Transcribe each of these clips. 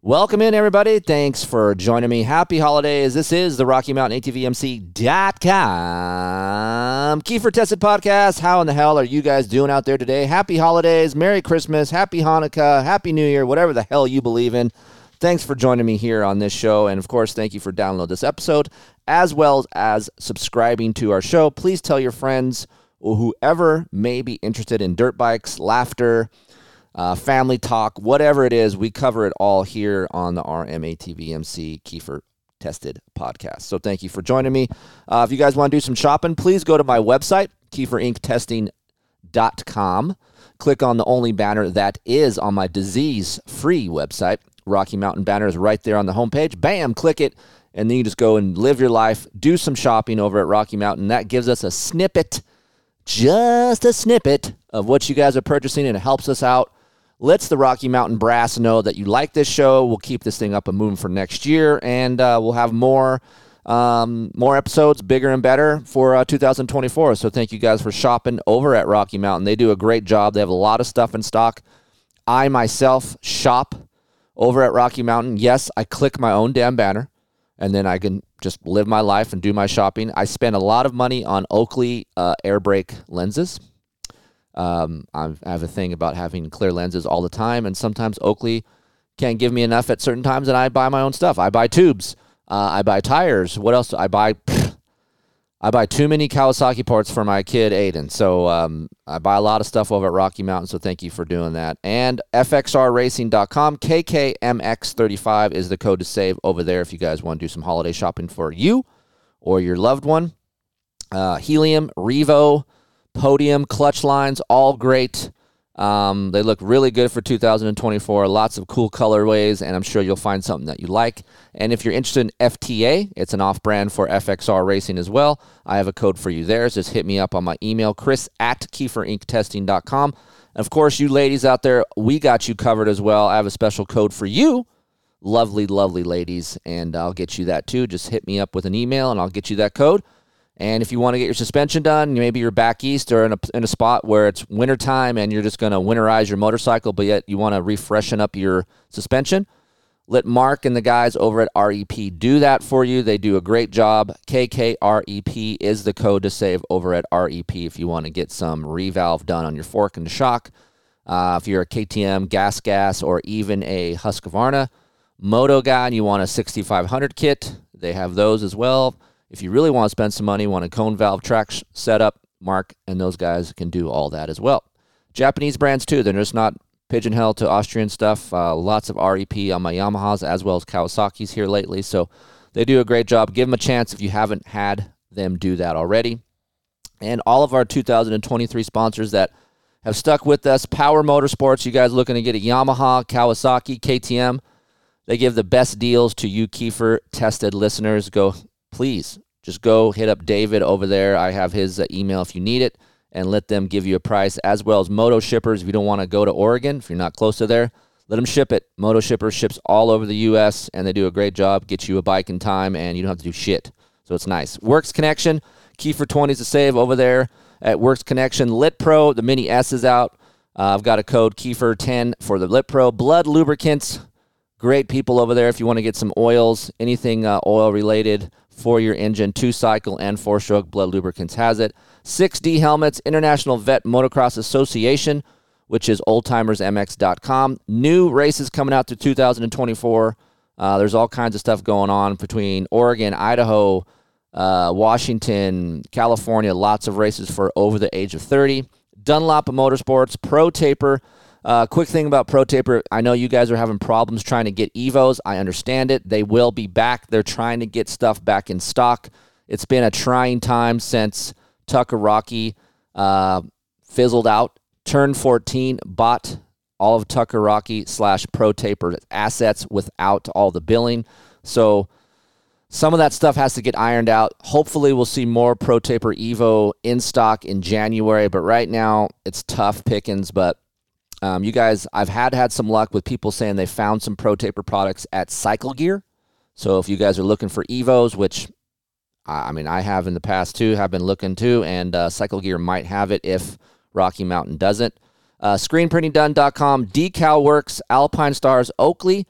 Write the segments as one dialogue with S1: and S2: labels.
S1: Welcome in, everybody. Thanks for joining me. Happy holidays. This is the Rocky Mountain ATVMC.com Kiefer Tested Podcast. How in the hell are you guys doing out there today? Happy holidays. Merry Christmas. Happy Hanukkah. Happy New Year. Whatever the hell you believe in. Thanks for joining me here on this show. And of course, thank you for downloading this episode as well as subscribing to our show. Please tell your friends or whoever may be interested in dirt bikes, laughter, uh, family talk, whatever it is, we cover it all here on the RMATVMC Kiefer Tested podcast. So thank you for joining me. Uh, if you guys want to do some shopping, please go to my website, kieferinktesting.com. Click on the only banner that is on my disease free website. Rocky Mountain banner is right there on the homepage. Bam, click it. And then you just go and live your life, do some shopping over at Rocky Mountain. That gives us a snippet just a snippet of what you guys are purchasing and it helps us out. Let's the Rocky Mountain Brass know that you like this show. We'll keep this thing up and moving for next year, and uh, we'll have more um, more episodes, bigger and better for uh, 2024. So thank you guys for shopping over at Rocky Mountain. They do a great job. They have a lot of stuff in stock. I myself shop over at Rocky Mountain. Yes, I click my own damn banner and then I can just live my life and do my shopping. I spend a lot of money on Oakley uh, air brake lenses. Um, I've, I have a thing about having clear lenses all the time, and sometimes Oakley can't give me enough at certain times, and I buy my own stuff. I buy tubes, uh, I buy tires. What else? do I buy. I buy too many Kawasaki parts for my kid Aiden, so um, I buy a lot of stuff over at Rocky Mountain. So thank you for doing that. And fxrracing.com, KKMX35 is the code to save over there if you guys want to do some holiday shopping for you or your loved one. Uh, Helium, Revo, Podium, clutch lines, all great. Um, they look really good for 2024. Lots of cool colorways, and I'm sure you'll find something that you like. And if you're interested in FTA, it's an off brand for FXR Racing as well. I have a code for you there. So just hit me up on my email, chris at kieferinktesting.com. And of course, you ladies out there, we got you covered as well. I have a special code for you lovely, lovely ladies, and I'll get you that too. Just hit me up with an email and I'll get you that code. And if you want to get your suspension done, maybe you're back east or in a, in a spot where it's wintertime and you're just going to winterize your motorcycle, but yet you want to refreshen up your suspension, let Mark and the guys over at REP do that for you. They do a great job. KKREP E is the code to save over at REP if you want to get some revalve done on your fork and shock. Uh, if you're a KTM, Gas Gas, or even a Husqvarna Moto guy and you want a 6500 kit, they have those as well. If you really want to spend some money, want a cone valve track sh- setup, Mark and those guys can do all that as well. Japanese brands too. They're just not pigeonholed to Austrian stuff. Uh, lots of REP on my Yamahas as well as Kawasaki's here lately. So they do a great job. Give them a chance if you haven't had them do that already. And all of our 2023 sponsors that have stuck with us Power Motorsports, you guys looking to get a Yamaha, Kawasaki, KTM. They give the best deals to you, Kiefer tested listeners. Go, please, just go hit up David over there. I have his uh, email if you need it, and let them give you a price, as well as Moto Shippers. If you don't want to go to Oregon, if you're not close to there, let them ship it. Moto Shippers ships all over the U.S., and they do a great job. Get you a bike in time, and you don't have to do shit. So it's nice. Works Connection, Kiefer 20 is a save over there at Works Connection. Lit Pro, the Mini S is out. Uh, I've got a code Kiefer10 for the Lit Pro. Blood Lubricants, Great people over there. If you want to get some oils, anything uh, oil related for your engine, two cycle and four stroke, Blood Lubricants has it. 6D Helmets, International Vet Motocross Association, which is oldtimersmx.com. New races coming out through 2024. Uh, there's all kinds of stuff going on between Oregon, Idaho, uh, Washington, California. Lots of races for over the age of 30. Dunlop Motorsports, Pro Taper. Uh, quick thing about Pro Taper. I know you guys are having problems trying to get Evos. I understand it. They will be back. They're trying to get stuff back in stock. It's been a trying time since Tucker Rocky uh, fizzled out Turn 14 bought all of Tucker Rocky slash Pro Taper assets without all the billing. So some of that stuff has to get ironed out. Hopefully, we'll see more Pro Taper Evo in stock in January. But right now, it's tough pickings. But um, you guys, I've had had some luck with people saying they found some Pro Taper products at Cycle Gear. So if you guys are looking for Evos, which I I mean I have in the past too, have been looking too, and uh, Cycle Gear might have it if Rocky Mountain doesn't. Uh, screenprintingdone.com, Decal Works, Alpine Stars, Oakley.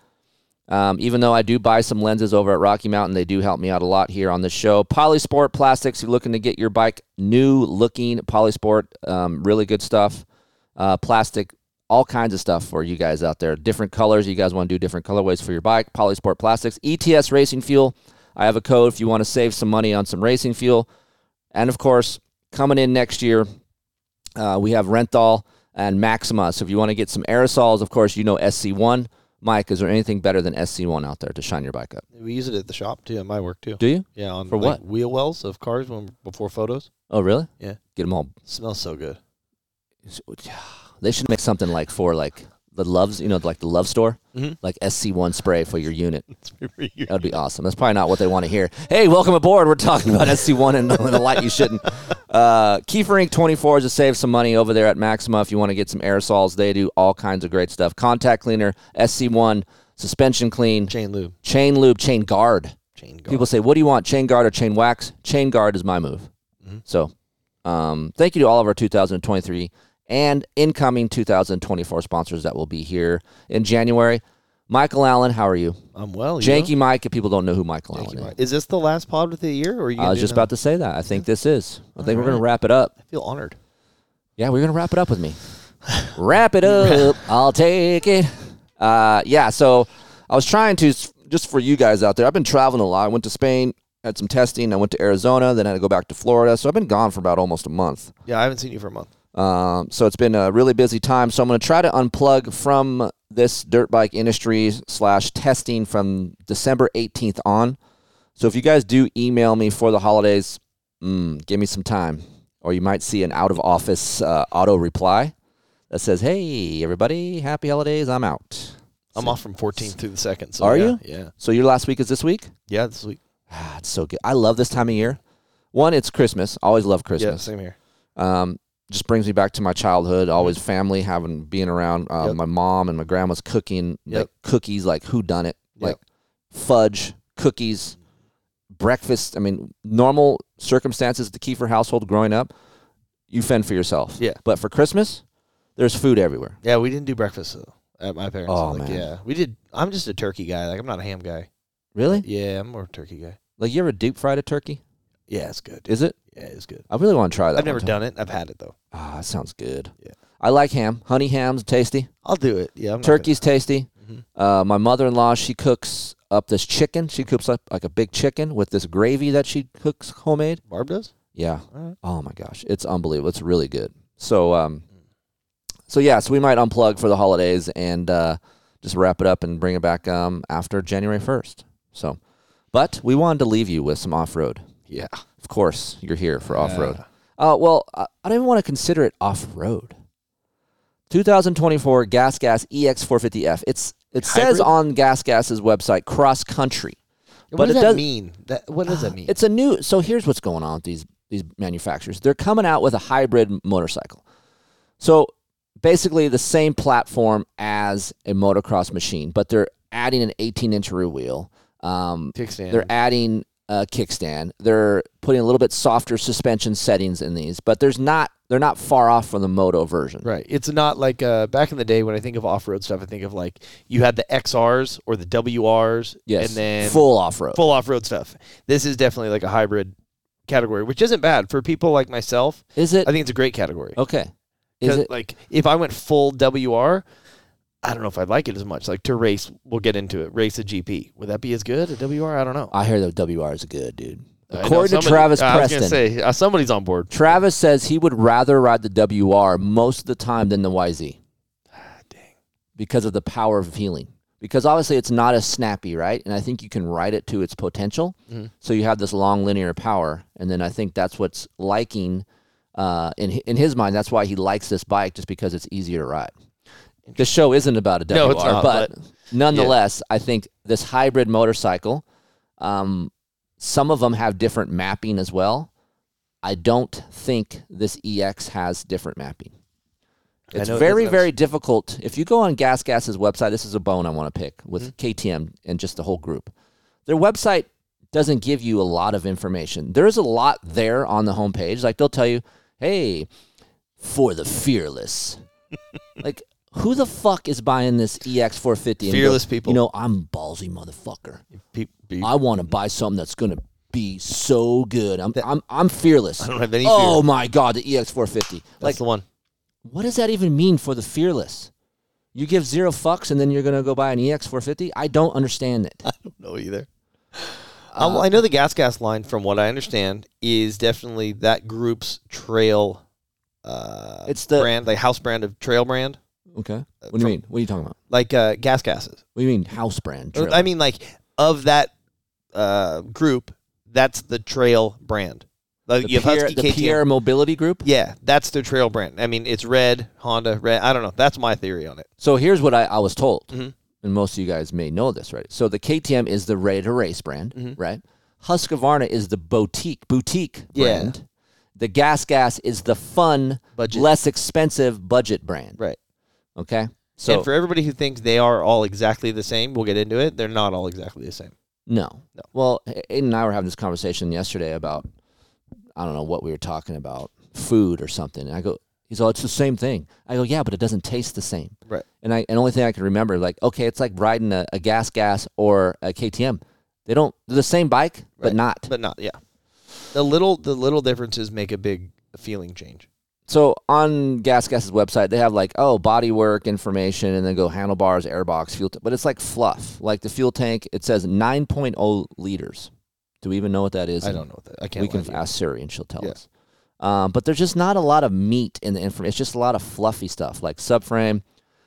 S1: Um, even though I do buy some lenses over at Rocky Mountain, they do help me out a lot here on the show. Polysport Plastics, you're looking to get your bike new looking. Polysport, um, really good stuff. Uh, plastic, all kinds of stuff for you guys out there. Different colors. You guys want to do different colorways for your bike. Polysport Plastics, ETS Racing Fuel. I have a code if you want to save some money on some racing fuel. And of course, coming in next year, uh, we have Renthal and Maxima. So if you want to get some aerosols, of course, you know SC1. Mike, is there anything better than SC1 out there to shine your bike up?
S2: We use it at the shop too, at my work too.
S1: Do you?
S2: Yeah, on
S1: For
S2: like,
S1: what?
S2: Wheel wells of cars when before photos.
S1: Oh, really?
S2: Yeah.
S1: Get them all.
S2: smells so good.
S1: They should make something like for like the loves, you know, like the love store,
S2: Mhm.
S1: like SC1 spray for your unit.
S2: It's pretty
S1: That would be awesome. That's probably not what they want to hear. Hey, welcome aboard. We're talking about SC1 and, and a light you shouldn't. Uh, Kiefer Inc. 24 is to save some money over there at Maxima if you want to get some aerosols. They do all kinds of great stuff. Contact cleaner, SC1, suspension clean,
S2: chain lube,
S1: chain lube, chain guard.
S2: chain guard.
S1: People say, "What do you want, chain guard or chain wax?" Chain guard is my move. So, um, thank you to all of our 2023 and incoming 2024 sponsors that will be here in January. Michael Allen, how are you?
S2: I'm well. you know?
S1: Janky Mike. If people don't know who Michael
S2: Thank
S1: Allen
S2: you,
S1: is,
S2: Mike. Is this the last pod of the year, or are you?
S1: I was just about to say that. I think this is. I think we're going
S2: right.
S1: to wrap it up.
S2: I feel honored.
S1: Yeah, we're gonna wrap it up with me. wrap it up. I'll take it. Uh, yeah. So I was trying to just for you guys out there. I've been traveling a lot. I went to Spain, had some testing. I went to Arizona, then I had to go back to Florida. So I've been gone for about almost a month.
S2: Yeah, I haven't seen you for a month.
S1: Um, so it's been a really busy time. So I'm going to try to unplug from this dirt bike industry slash testing from December 18th on. So if you guys do email me for the holidays, mm, give me some time, or you might see an out of office uh, auto reply that says, "Hey everybody, happy holidays. I'm out."
S2: I'm off from 14th through the second. So
S1: Are
S2: yeah,
S1: you?
S2: Yeah,
S1: So your last week is this week.
S2: yeah. This week.
S1: Ah, it's so good. I love this time of year. One, it's Christmas. Always love
S2: Yeah,
S1: Christmas.
S2: same here.
S1: um, just brings me back to my childhood. Always family having being around uh,
S2: Mm-hmm. Yep.
S1: my mom and my grandma's cooking like
S2: Yep.
S1: cookies, like who done it,
S2: Yep.
S1: like fudge cookies, breakfast. I mean, normal circumstances. The Kiefer household growing up, you fend for yourself.
S2: Yeah.
S1: but for Christmas, there's food everywhere.
S2: Yeah, we didn't do breakfast though. At my parents.
S1: Oh,
S2: like,
S1: man.
S2: Yeah, we did. I'm just a turkey guy. Like I'm not a ham guy.
S1: Really?
S2: Yeah, I'm more a turkey guy.
S1: Like you ever deep fried a turkey?
S2: Yeah, it's good.
S1: Is it?
S2: Yeah, it's good.
S1: I really want to try that.
S2: I've
S1: one
S2: never
S1: time.
S2: done it. I've had it though.
S1: Ah, that sounds good.
S2: Yeah.
S1: I like ham. Honey ham's tasty.
S2: I'll do it. Yeah, I'm not gonna-
S1: Turkey's tasty.
S2: Mhm.
S1: Uh, my mother in law, she cooks up this chicken. She cooks up like a big chicken with this gravy that she cooks homemade.
S2: Barb does.
S1: Yeah.
S2: All right.
S1: Oh my gosh, it's unbelievable. It's really good. So, um, so yeah, so we might unplug for the holidays and uh, just wrap it up and bring it back um, after January first. So, but we wanted to leave you with some off road.
S2: Yeah.
S1: Of course, you're here for off road. Uh, well, I, I don't even want to consider it off road. 2024 Gas Gas E EX450F. It's it says
S2: Hybrid?
S1: on Gas Gas's website cross country.
S2: What
S1: But
S2: does
S1: it
S2: that
S1: does-
S2: mean? That what does that mean?
S1: It's a new. So here's what's going on with these these manufacturers. They're coming out with a hybrid motorcycle. So basically the same platform as a motocross machine, but they're adding an 18 inch rear wheel. Um,
S2: kickstand.
S1: they're adding a kickstand. They're putting a little bit softer suspension settings in these, but there's not they're not far off from the moto version.
S2: Right. It's not like uh, back in the day when I think of off road stuff, I think of like you had the XRs or the WRs
S1: Yes.
S2: and then
S1: full off road.
S2: full off road stuff. This is definitely like a hybrid category, which isn't bad for people like myself.
S1: Is it
S2: I think it's a great category.
S1: okay?
S2: 'Cause,
S1: Oh, Is it
S2: like if I went full WR, I don't know if I'd like it as much. Like to race, we'll get into it. Race a GP. Would that be as good a WR? I don't know.
S1: I hear the WR is good, dude.
S2: I know
S1: According to
S2: somebody-
S1: Travis
S2: I was
S1: Preston,
S2: gonna say uh, somebody's on board.
S1: Travis says he would rather ride the WR most of the time than the YZ
S2: Ah, Dang.
S1: because of the power of healing. Because obviously it's not as snappy, right? And I think you can ride it to its
S2: Mm-hmm.
S1: potential. So you have this long linear power, and then I think that's what's liking Uh, in hi- in his mind, that's why he likes this bike, just because it's easier to ride. The show isn't about a WR,
S2: No, it's not,
S1: but,
S2: but-
S1: nonetheless, I think this hybrid motorcycle. Um, some of them have different mapping as well. I don't think this EX has different mapping.
S2: I
S1: It's
S2: know it
S1: very,
S2: doesn't have-
S1: very difficult. If you go on Gas Gas's website, this is a bone I want to pick
S2: Mm-hmm.
S1: with KTM and just the whole group. Their website doesn't give you a lot of information. There is a lot there on the homepage. Like they'll tell you, hey, for the fearless. like, who the fuck is buying this E EX450? and go,
S2: Fearless people.
S1: You know, I'm ballsy motherfucker.
S2: Pe- pe-
S1: I want to buy something that's going to be so good. I'm, I'm, I'm fearless.
S2: I don't have any fear.
S1: Oh my God, the EX450.
S2: That's
S1: Like,
S2: the one.
S1: what does that even mean for the fearless? You give zero fucks and then you're going to go buy an E EX450? I don't understand it.
S2: No, either. Um, well, I know the gas gas line, from what I understand, is definitely that group's trail. Uh,
S1: It's the-
S2: brand, like house brand of trail brand,
S1: Okay. What do you mean? What are you talking about?
S2: like uh, gas gases.
S1: What do you mean house brand? Drill?
S2: I mean, like of that uh, group, that's the trail brand. Like
S1: the
S2: you have
S1: Pierre,
S2: Husky,
S1: the
S2: KTM.
S1: Pierre Mobility Group?
S2: Yeah, that's their trail brand. I mean, it's red Honda red. I don't know. That's my theory on it.
S1: So here's what I, I was told,
S2: Mhm.
S1: and most of you guys may know this, right? So the KTM is the ready to race brand,
S2: Mhm.
S1: right? Husqvarna is the boutique boutique
S2: Yeah.
S1: brand. The Gas Gas is the fun,
S2: Budget.
S1: less expensive budget brand.
S2: Right.
S1: Okay. So
S2: and for everybody who thinks they are all exactly the same, we'll get into it. They're not all exactly the same.
S1: No.
S2: No.
S1: Well, A- Aiden and I were having this conversation yesterday about I don't know what we were talking about, food or something. And I go, he's all, it's the same thing. I go, yeah, but it doesn't taste the same.
S2: Right.
S1: And I and only thing I can remember, like, okay, it's like riding a, a gas gas or a KTM. They don't they're the same bike, but
S2: Right.
S1: not.
S2: but not yeah. The little the little differences make a big feeling change.
S1: so on Gas Gas's website, they have like oh body work information, and then go handlebars, airbox, fuel. T- but it's like fluff. Like the fuel tank, it says 9.0 liters. Do we even know what that is?
S2: I
S1: in
S2: don't know what that. I can't.
S1: we
S2: lie
S1: can
S2: to you.
S1: ask Siri and she'll tell
S2: Yeah.
S1: us. Um, but there's just not a lot of meat in the information. It's just a lot of fluffy stuff like subframe.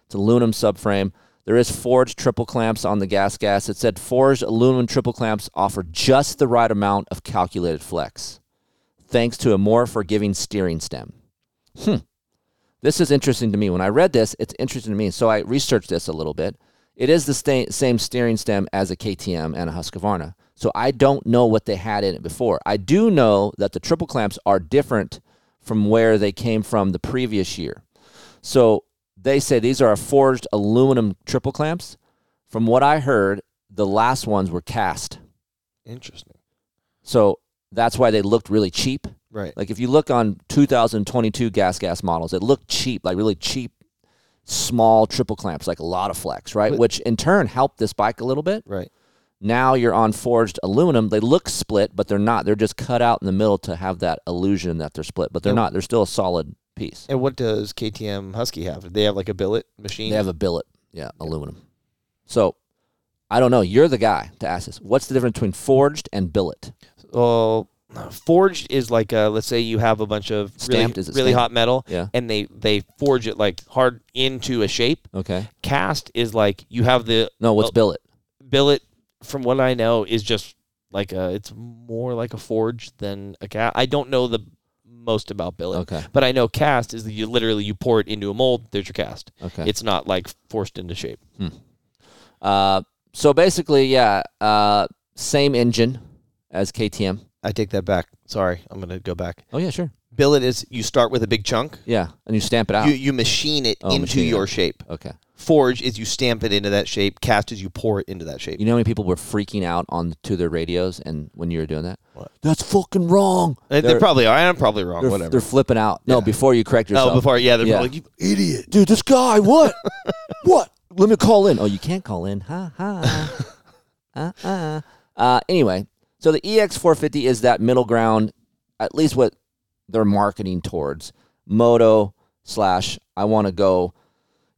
S1: It's aluminum subframe. There is forged triple clamps on the gas gas. It said forged aluminum triple clamps offer just the right amount of calculated flex, thanks to a more forgiving steering stem. Hmm. This is interesting to me. When I read this, it's interesting to me. So I researched this a little bit. It is the sta- same steering stem as a KTM and a Husqvarna. So I don't know what they had in it before. I do know that the triple clamps are different from where they came from the previous year. So they say these are forged aluminum triple clamps. From what I heard, the last ones were cast.
S2: Interesting.
S1: So that's why they looked really cheap.
S2: Right.
S1: Like if you look on 2022 gas gas models, it looked cheap, like really cheap, small triple clamps, like a lot of flex, right?
S2: But-
S1: Which in turn helped this bike a little bit.
S2: Right.
S1: Now you're on forged aluminum. They look split, but they're not. They're just cut out in the middle to have that illusion that they're split, but they're
S2: Yeah.
S1: not. They're still a solid piece.
S2: And what does KTM Husky have? Do they have like a billet machine?
S1: They have a billet, yeah, aluminum. So I don't know. You're the guy to ask this. What's the difference between forged and billet?
S2: well, forged is like uh let's say you have a bunch of
S1: Stamped,
S2: really,
S1: is it
S2: really
S1: stamped?
S2: hot metal
S1: Yeah.
S2: and they they forge it like hard into a shape.
S1: Okay.
S2: Cast is like you have the
S1: No, what's
S2: Oh.
S1: billet?
S2: billet from what I know is just like a it's more like a forge than a cast. I don't know the most about billet.
S1: Okay.
S2: But I know cast is that you literally you pour it into a mold, there's your cast.
S1: Okay.
S2: It's not like forced into shape.
S1: Uh, so basically, yeah, uh, same engine as KTM.
S2: I take that back. Sorry, I'm gonna go back.
S1: Oh yeah, sure.
S2: Billet is you start with a big chunk.
S1: Yeah, and you stamp it out.
S2: You you machine it
S1: Ah. Oh,
S2: into
S1: machine it.
S2: your shape.
S1: okay.
S2: Forge is you stamp it into that shape. Cast is you pour it into that shape.
S1: You know how many people were freaking out on to their radios and when you were doing that? That's fucking wrong.
S2: they
S1: They're-
S2: they're probably are. I'm probably wrong.
S1: they're,
S2: whatever.
S1: they're flipping out. No, before you correct yourself.
S2: oh, before yeah, they're
S1: Yeah.
S2: probably like, you idiot.
S1: dude, this guy, what? what? Let me call in. Oh, you can't call in. Ha ha. uh, uh. Uh, anyway, so the E EX450 is that middle ground, at least what they're marketing towards. Moto slash, I want to go.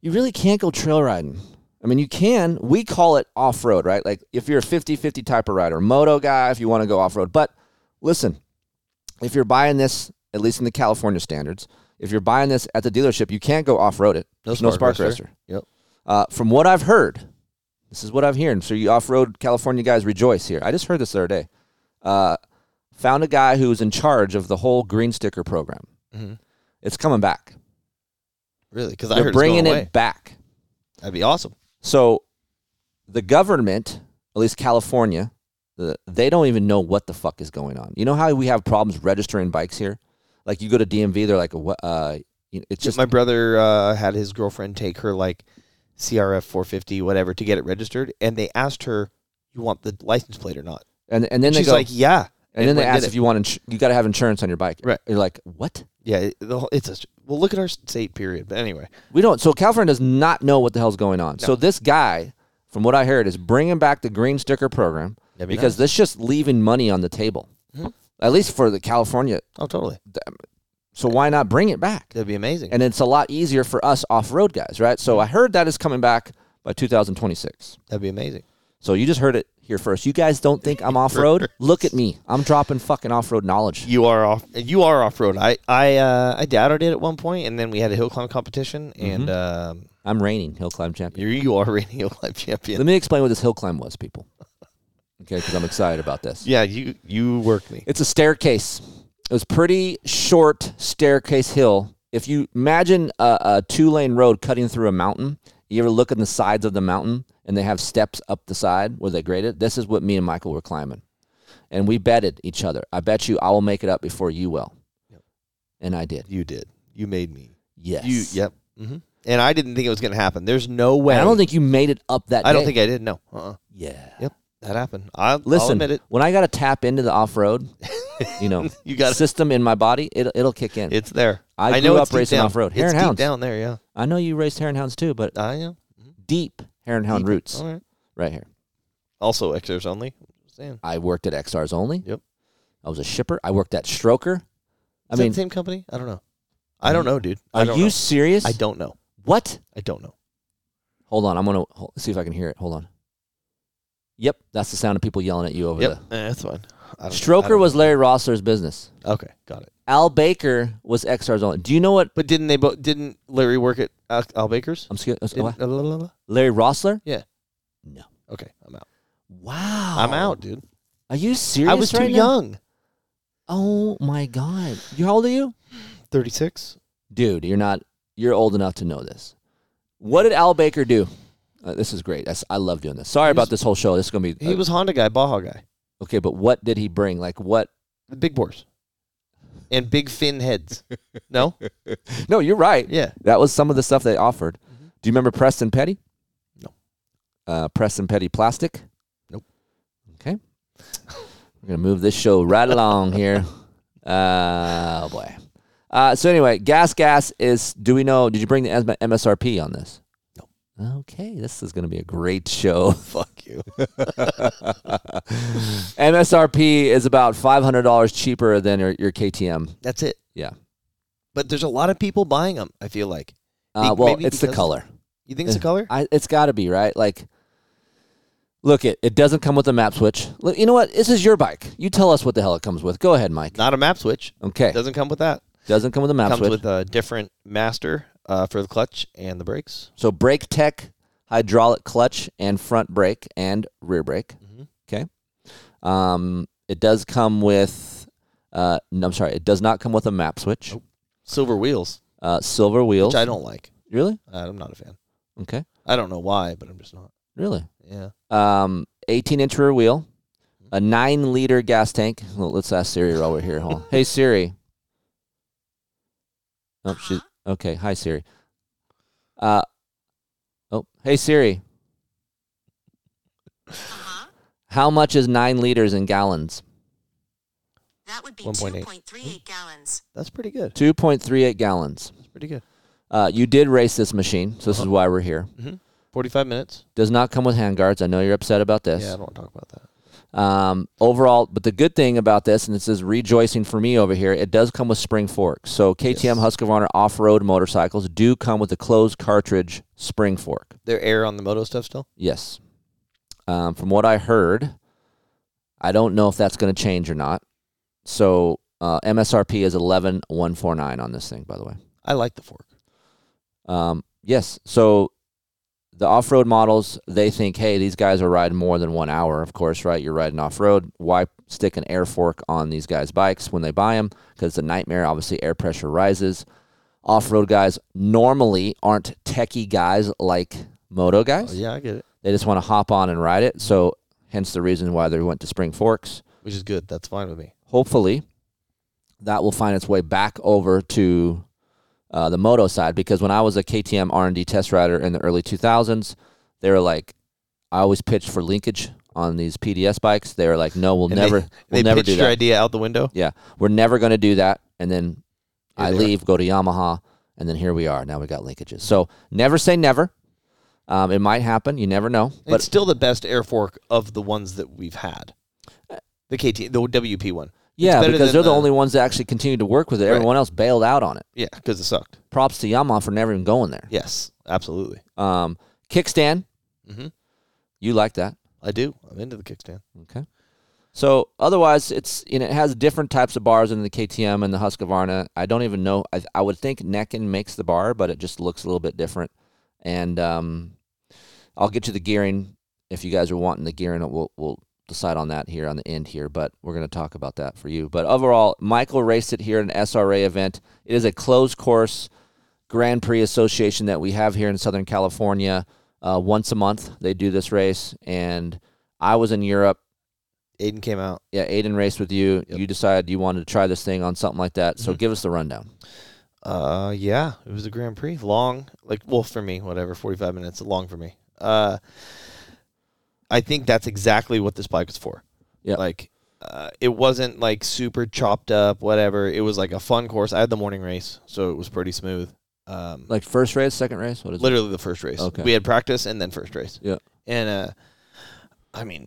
S1: You really can't go trail riding. I mean, you can. We call it off road, right? Like if you're a 50 50 type of rider, moto guy, if you want to go off road. But listen, if you're buying this, at least in the California standards, if you're buying this at the dealership, you can't go off road it.
S2: No
S1: There's no
S2: spark
S1: spark
S2: racer.
S1: racer.
S2: Yep.
S1: Uh, from what I've heard, this is what I've hearing. So you off road California guys rejoice here. I just heard this the other day. Uh, found a guy who was in charge of the whole green sticker program.
S2: Mhm.
S1: It's coming back.
S2: Really? Because I
S1: They're
S2: heard bringing
S1: bringing
S2: it's going away.
S1: it back.
S2: That'd be awesome.
S1: So the government, at least California, the, they don't even know what the fuck is going on. You know how we have problems registering bikes here? Like you go to DMV, they're like, what? Uh, you know, it's just
S2: my brother uh, had his girlfriend take her like CRF 450 whatever to get it registered, and they asked her, "You want the license plate or not?"
S1: and and then
S2: And
S1: they
S2: she's
S1: go
S2: like, "Yeah."
S1: and then they
S2: went and
S1: ask
S2: did
S1: if you want ins- you got to have insurance on your bike.
S2: Right.
S1: You're like, what?
S2: Yeah, it- the whole, it's a well. Look at our state period. But anyway,
S1: We don't. So California does not know what the hell's going on. So this guy, from what I heard, is bringing back the green sticker program
S2: That'd be Hmm.
S1: because that's just leaving money on the table, at least for the California.
S2: oh totally,
S1: So why not bring it back?
S2: that'd be Hmm. amazing.
S1: And it's a lot easier for us off-road guys, right? So I heard that is coming back by 2026.
S2: that'd be amazing.
S1: So you just heard it here first. You guys don't think I'm off-road? Look at me. I'm dropping fucking off-road knowledge.
S2: You are off. You are off road. I I uh, I doubted it at one point, and then we had a hill climb competition,
S1: Mm-hmm.
S2: and um,
S1: I'm reigning hill climb champion.
S2: you're, you are reigning hill climb champion.
S1: Let me explain what this hill climb was, people. Okay, because I'm excited about this.
S2: yeah, you you work me.
S1: It's a staircase. It was pretty short staircase hill. If you imagine a, a two lane road cutting through a mountain, you ever look at the sides of the mountain and they have steps up the side where they grade it? This is what me and Michael were climbing. And we betted each other. I bet you I will make it up before you will. And I did.
S2: You did. You made me.
S1: Yes.
S2: You yep. hmm And I didn't think it was going to happen. There's no way.
S1: I don't think you made it up that
S2: I don't
S1: day.
S2: think I did. No. Uh-uh.
S1: Yeah.
S2: Yep. That happened. I'll, I'll
S1: Listen,
S2: admit it.
S1: when I got to tap into the off road, you know,
S2: You gotta-
S1: system in my body, it, it'll kick in.
S2: It's there.
S1: I grew
S2: know it's
S1: up
S2: deep
S1: racing
S2: down.
S1: off-road. Hare
S2: It's
S1: and
S2: deep
S1: hounds.
S2: down there. Yeah.
S1: I know you raced hare and hounds too, but
S2: I know.
S1: deep hare and hound roots
S2: All right.
S1: right here.
S2: Also, extras only. Just saying.
S1: I worked at XR's only.
S2: Yep.
S1: I was a shipper. I worked at Stroker. I
S2: Is that
S1: mean,
S2: the same company. I don't know. I don't know, dude. I
S1: are
S2: don't
S1: you
S2: know.
S1: serious?
S2: I don't know.
S1: What?
S2: I don't know.
S1: Hold on. I'm gonna hold, see if I can hear it. Hold on. Yep, that's the sound of people yelling at you over
S2: Yep.
S1: there.
S2: Eh, that's fine. I don't, I
S1: Oh, Stroker
S2: don't-
S1: was Larry Rossler's business.
S2: okay. Got it.
S1: Al Baker was XR's only. Do you know what?
S2: But didn't they both? Didn't Larry work at Al, Al Baker's?
S1: I'm scared.
S2: Didn't- la, la, la, la?
S1: Larry Rossler?
S2: Yeah.
S1: No.
S2: Okay. I'm out.
S1: Wow.
S2: I'm out, dude.
S1: Are you serious?
S2: I was too
S1: right now?
S2: young.
S1: Oh my god. You how old are you?
S2: Thirty six.
S1: dude, you're not you're old enough to know this. What did Al Baker do? Uh, this is great. That's, I love doing this. Sorry about this whole show. This is gonna be
S2: He
S1: uh,
S2: was Honda guy, Baja guy,
S1: okay, but what did he bring? Like what?
S2: the big boars, and big fin heads. no.
S1: No, you're right.
S2: Yeah.
S1: That was some of the stuff they offered. Do you remember Preston Petty?
S2: Mm-hmm. No.
S1: Uh, Preston Petty Plastic.
S2: Nope.
S1: Okay. We're gonna move this show right along here. Uh, oh boy. Uh, so anyway, gas gas is. Do we know? Did you bring the M- MSRP on this? No. Okay, this is gonna be a great show.
S2: Fuck you.
S1: MSRP is about five hundred dollars cheaper than your, your KTM.
S2: That's it.
S1: Yeah.
S2: But there's a lot of people buying them. I feel like.
S1: Uh,
S2: Be-
S1: well,
S2: maybe
S1: it's the
S2: because-
S1: color.
S2: You think it's the color?
S1: I, it's got to be right. Like, look, it it doesn't come with a map switch. Look, you know what? This is your bike. You tell us what the hell it comes with. Go ahead, Mike.
S2: Not a map switch.
S1: Okay, doesn't,
S2: Doesn't come with that.
S1: come with a map
S2: comes
S1: switch.
S2: with a different master uh, for the clutch and the brakes.
S1: so brake tech, hydraulic clutch, and front brake and rear brake.
S2: Mm-hmm.
S1: Okay. Um, it does come with. Uh, no, I'm sorry. It does not come with a map switch.
S2: Silver wheels,
S1: Uh, silver wheels.
S2: which I don't like.
S1: Really?
S2: Uh, I'm not a fan.
S1: Okay.
S2: I don't know why, but I'm just not.
S1: Really.
S2: Yeah.
S1: um, 18 inch rear wheel, a nine liter gas tank. Well, let's ask Siri while we're here. Hold on. Hey Siri. Oh, she's okay. Hi Siri. Uh, oh, hey Siri.
S3: Uh-huh.
S1: How much is nine liters in gallons?
S3: That would be
S2: 1.8.
S3: 2.38 gallons.
S2: That's pretty good.
S1: 2.38 gallons.
S2: That's pretty good.
S1: Uh, you did race this machine, so this is why we're here.
S2: 45 minutes.
S1: Does not come with handguards. I know you're upset about this.
S2: Yeah, I don't want to talk about that.
S1: Um, overall, but the good thing about this, and this is rejoicing for me over here, it does come with spring forks. So KTM Husqvarna off-road motorcycles do come with a closed cartridge spring fork.
S2: Their air on the moto stuff still?
S1: Yes. Um, from what I heard, I don't know if that's going to change or not. So uh, MSRP is eleven one four nine on this thing, by the way.
S2: I like the fork.
S1: Um, yes. So the off road models, they think, hey, these guys are riding more than one hour, of course, right? You're riding off road. Why stick an air fork on these guys' bikes when they buy them? Because it's a nightmare. Obviously, air pressure rises. Off road guys normally aren't techie guys like moto guys.
S2: Oh, Yeah, I get it.
S1: They just want to hop on and ride it. So, hence the reason why they went to spring forks.
S2: Which is good. That's fine with me.
S1: Hopefully, that will find its way back over to uh, the moto side because when I was a KTM R&D test rider in the early 2000s, they were like, I always pitched for linkage on these PDS bikes. They were like, no, we'll
S2: And
S1: never,
S2: They,
S1: we'll
S2: they
S1: never
S2: pitched
S1: do
S2: your
S1: that.
S2: idea out the window.
S1: Yeah, we're never going to do that. And then
S2: Here
S1: I
S2: they are.
S1: leave, go to Yamaha, and then here we are. Now we got linkages. So never say never. Um, it might happen. You never know.
S2: But
S1: But
S2: it's still the best air fork of the ones that we've had.
S1: Uh,
S2: The KT, the WP one.
S1: yeah,
S2: better
S1: because
S2: than
S1: they're the
S2: the-
S1: only ones that actually continue to work with it.
S2: Right.
S1: Everyone else bailed out on it.
S2: Yeah, because it sucked.
S1: Props to Yamaha for never even going there.
S2: Yes, absolutely.
S1: Um, kickstand,
S2: Mhm.
S1: you like that.
S2: I do. I'm into the kickstand.
S1: Okay. So otherwise, it's you know it has different types of bars in the KTM and the Husqvarna. I don't even know. I, I would think Neckin makes the bar, but it just looks a little bit different. And um, I'll get you the gearing if you guys are wanting the gearing. We'll we'll decide on that here on the end here, but we're going to talk about that for you. But overall, Michael raced it here at an SRA event. It is a closed course Grand Prix Association that we have here in Southern California. Uh, once a month, they do this race, and I was in Europe
S2: Aiden came out.
S1: yeah, Aiden raced with you.
S2: Yep. Mm-hmm.
S1: You decided you wanted to try this thing on something like that. So give us the rundown.
S2: Uh, yeah, it was a Grand Prix. Long, like, well, for me, whatever, 45 minutes, long for me. Uh, I think that's exactly what this bike was for.
S1: Yeah.
S2: Like, uh, it wasn't like super chopped up, whatever. It was like a fun course. I had the morning race, so it was pretty smooth. Um,
S1: Like first race, second race. What is it?
S2: literally the first race.
S1: Okay.
S2: We had practice and then first race.
S1: Yeah.
S2: And uh, I mean,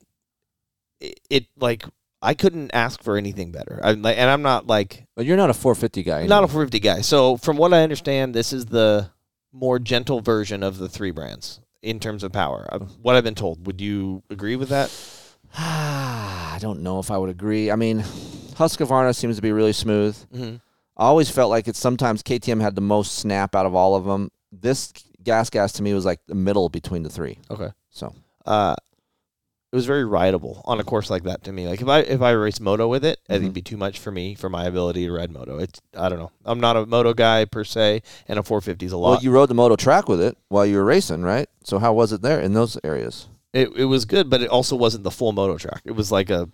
S2: it, it like I couldn't ask for anything better. I'm like, and I'm not like
S1: But you're not a 450 guy.
S2: not a
S1: anyway.
S2: 450 guy. So from what I understand, this is the more gentle version of the three brands in terms of power. Of what I've been told. Would you agree with that?
S1: I don't know if I would agree. I mean, Husqvarna seems to be really smooth.
S2: Mm-hmm.
S1: I always felt like it's sometimes KTM had the most snap out of all of them. This gas gas to me was like the middle between the three.
S2: Okay.
S1: So
S2: Uh, it was very rideable on a course like that to me. Like if I if I race moto with it, I think it'd be too much for me for my ability to ride moto. It's I don't know. I'm not a moto guy per se, and a 450 is a lot.
S1: well, you rode the moto track with it while you were racing, right? So how was it there in those areas?
S2: it, it was good, but it also wasn't the full moto track. It was like a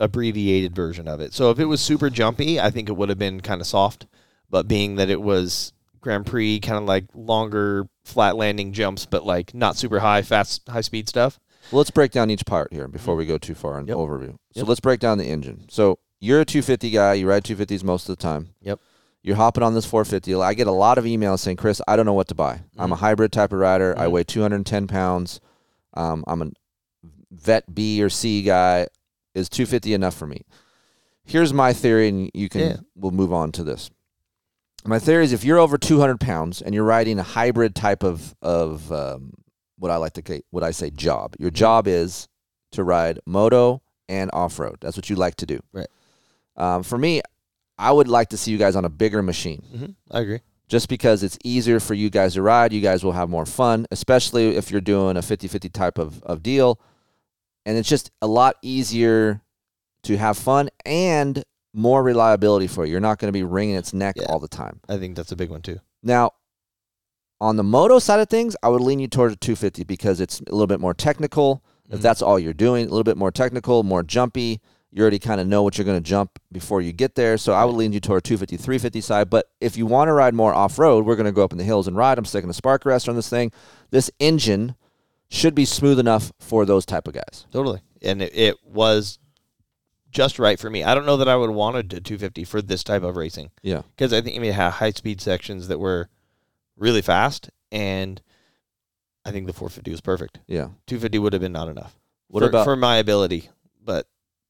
S2: abbreviated version of it. So if it was super jumpy, I think it would have been kind of soft. But being that it was Grand Prix, kind of like longer flat landing jumps, but like not super high, fast, high speed stuff.
S1: Well, let's break down each part here before we go too far in
S2: Yep.
S1: overview. So
S2: Yep.
S1: let's break down the engine. So you're a 250 guy. You ride 250s most of the time.
S2: Yep.
S1: You're hopping on this 450. I get a lot of emails saying, Chris, I don't know what to buy. I'm a
S2: Mm-hmm.
S1: hybrid type of rider. I
S2: Mhm.
S1: weigh 210 pounds. Um, I'm a vet B or C guy. Is 250 enough for me? Here's my theory, and you can
S2: Yeah.
S1: we'll move on to this. My theory is if you're over 200 pounds and you're riding a hybrid type of of um, what I like to ca- what I say job. Your job is to ride moto and off road. That's what you like to do.
S2: Right.
S1: Um, for me, I would like to see you guys on a bigger machine,
S2: Mm-hmm. I agree.
S1: just because it's easier for you guys to ride. You guys will have more fun, especially if you're doing a 50-50 type of, of deal, and it's just a lot easier to have fun and more reliability for you. You're not going to be wringing its neck
S2: Yeah.
S1: all the time.
S2: I think that's a big one too.
S1: Now, on the moto side of things, I would lean you towards a 250 because it's a little bit more technical. If that's all you're doing, a little bit more technical, more jumpy. You already kind of know what you're going to jump before you get there. So I would lean you toward 250, 350 side. But if you want to ride more off road, we're going to go up in the hills and ride. I'm sticking a spark arrest on this thing. This engine should be smooth enough for those type of guys.
S2: Totally. And it, it was just right for me. I don't know that I would want a 250 for this type of racing.
S1: Yeah.
S2: because I think I mean it had high speed sections that were really fast, and I think the 450 was perfect.
S1: Yeah.
S2: 250 would have been not enough.
S1: What
S2: for,
S1: about
S2: for my ability? But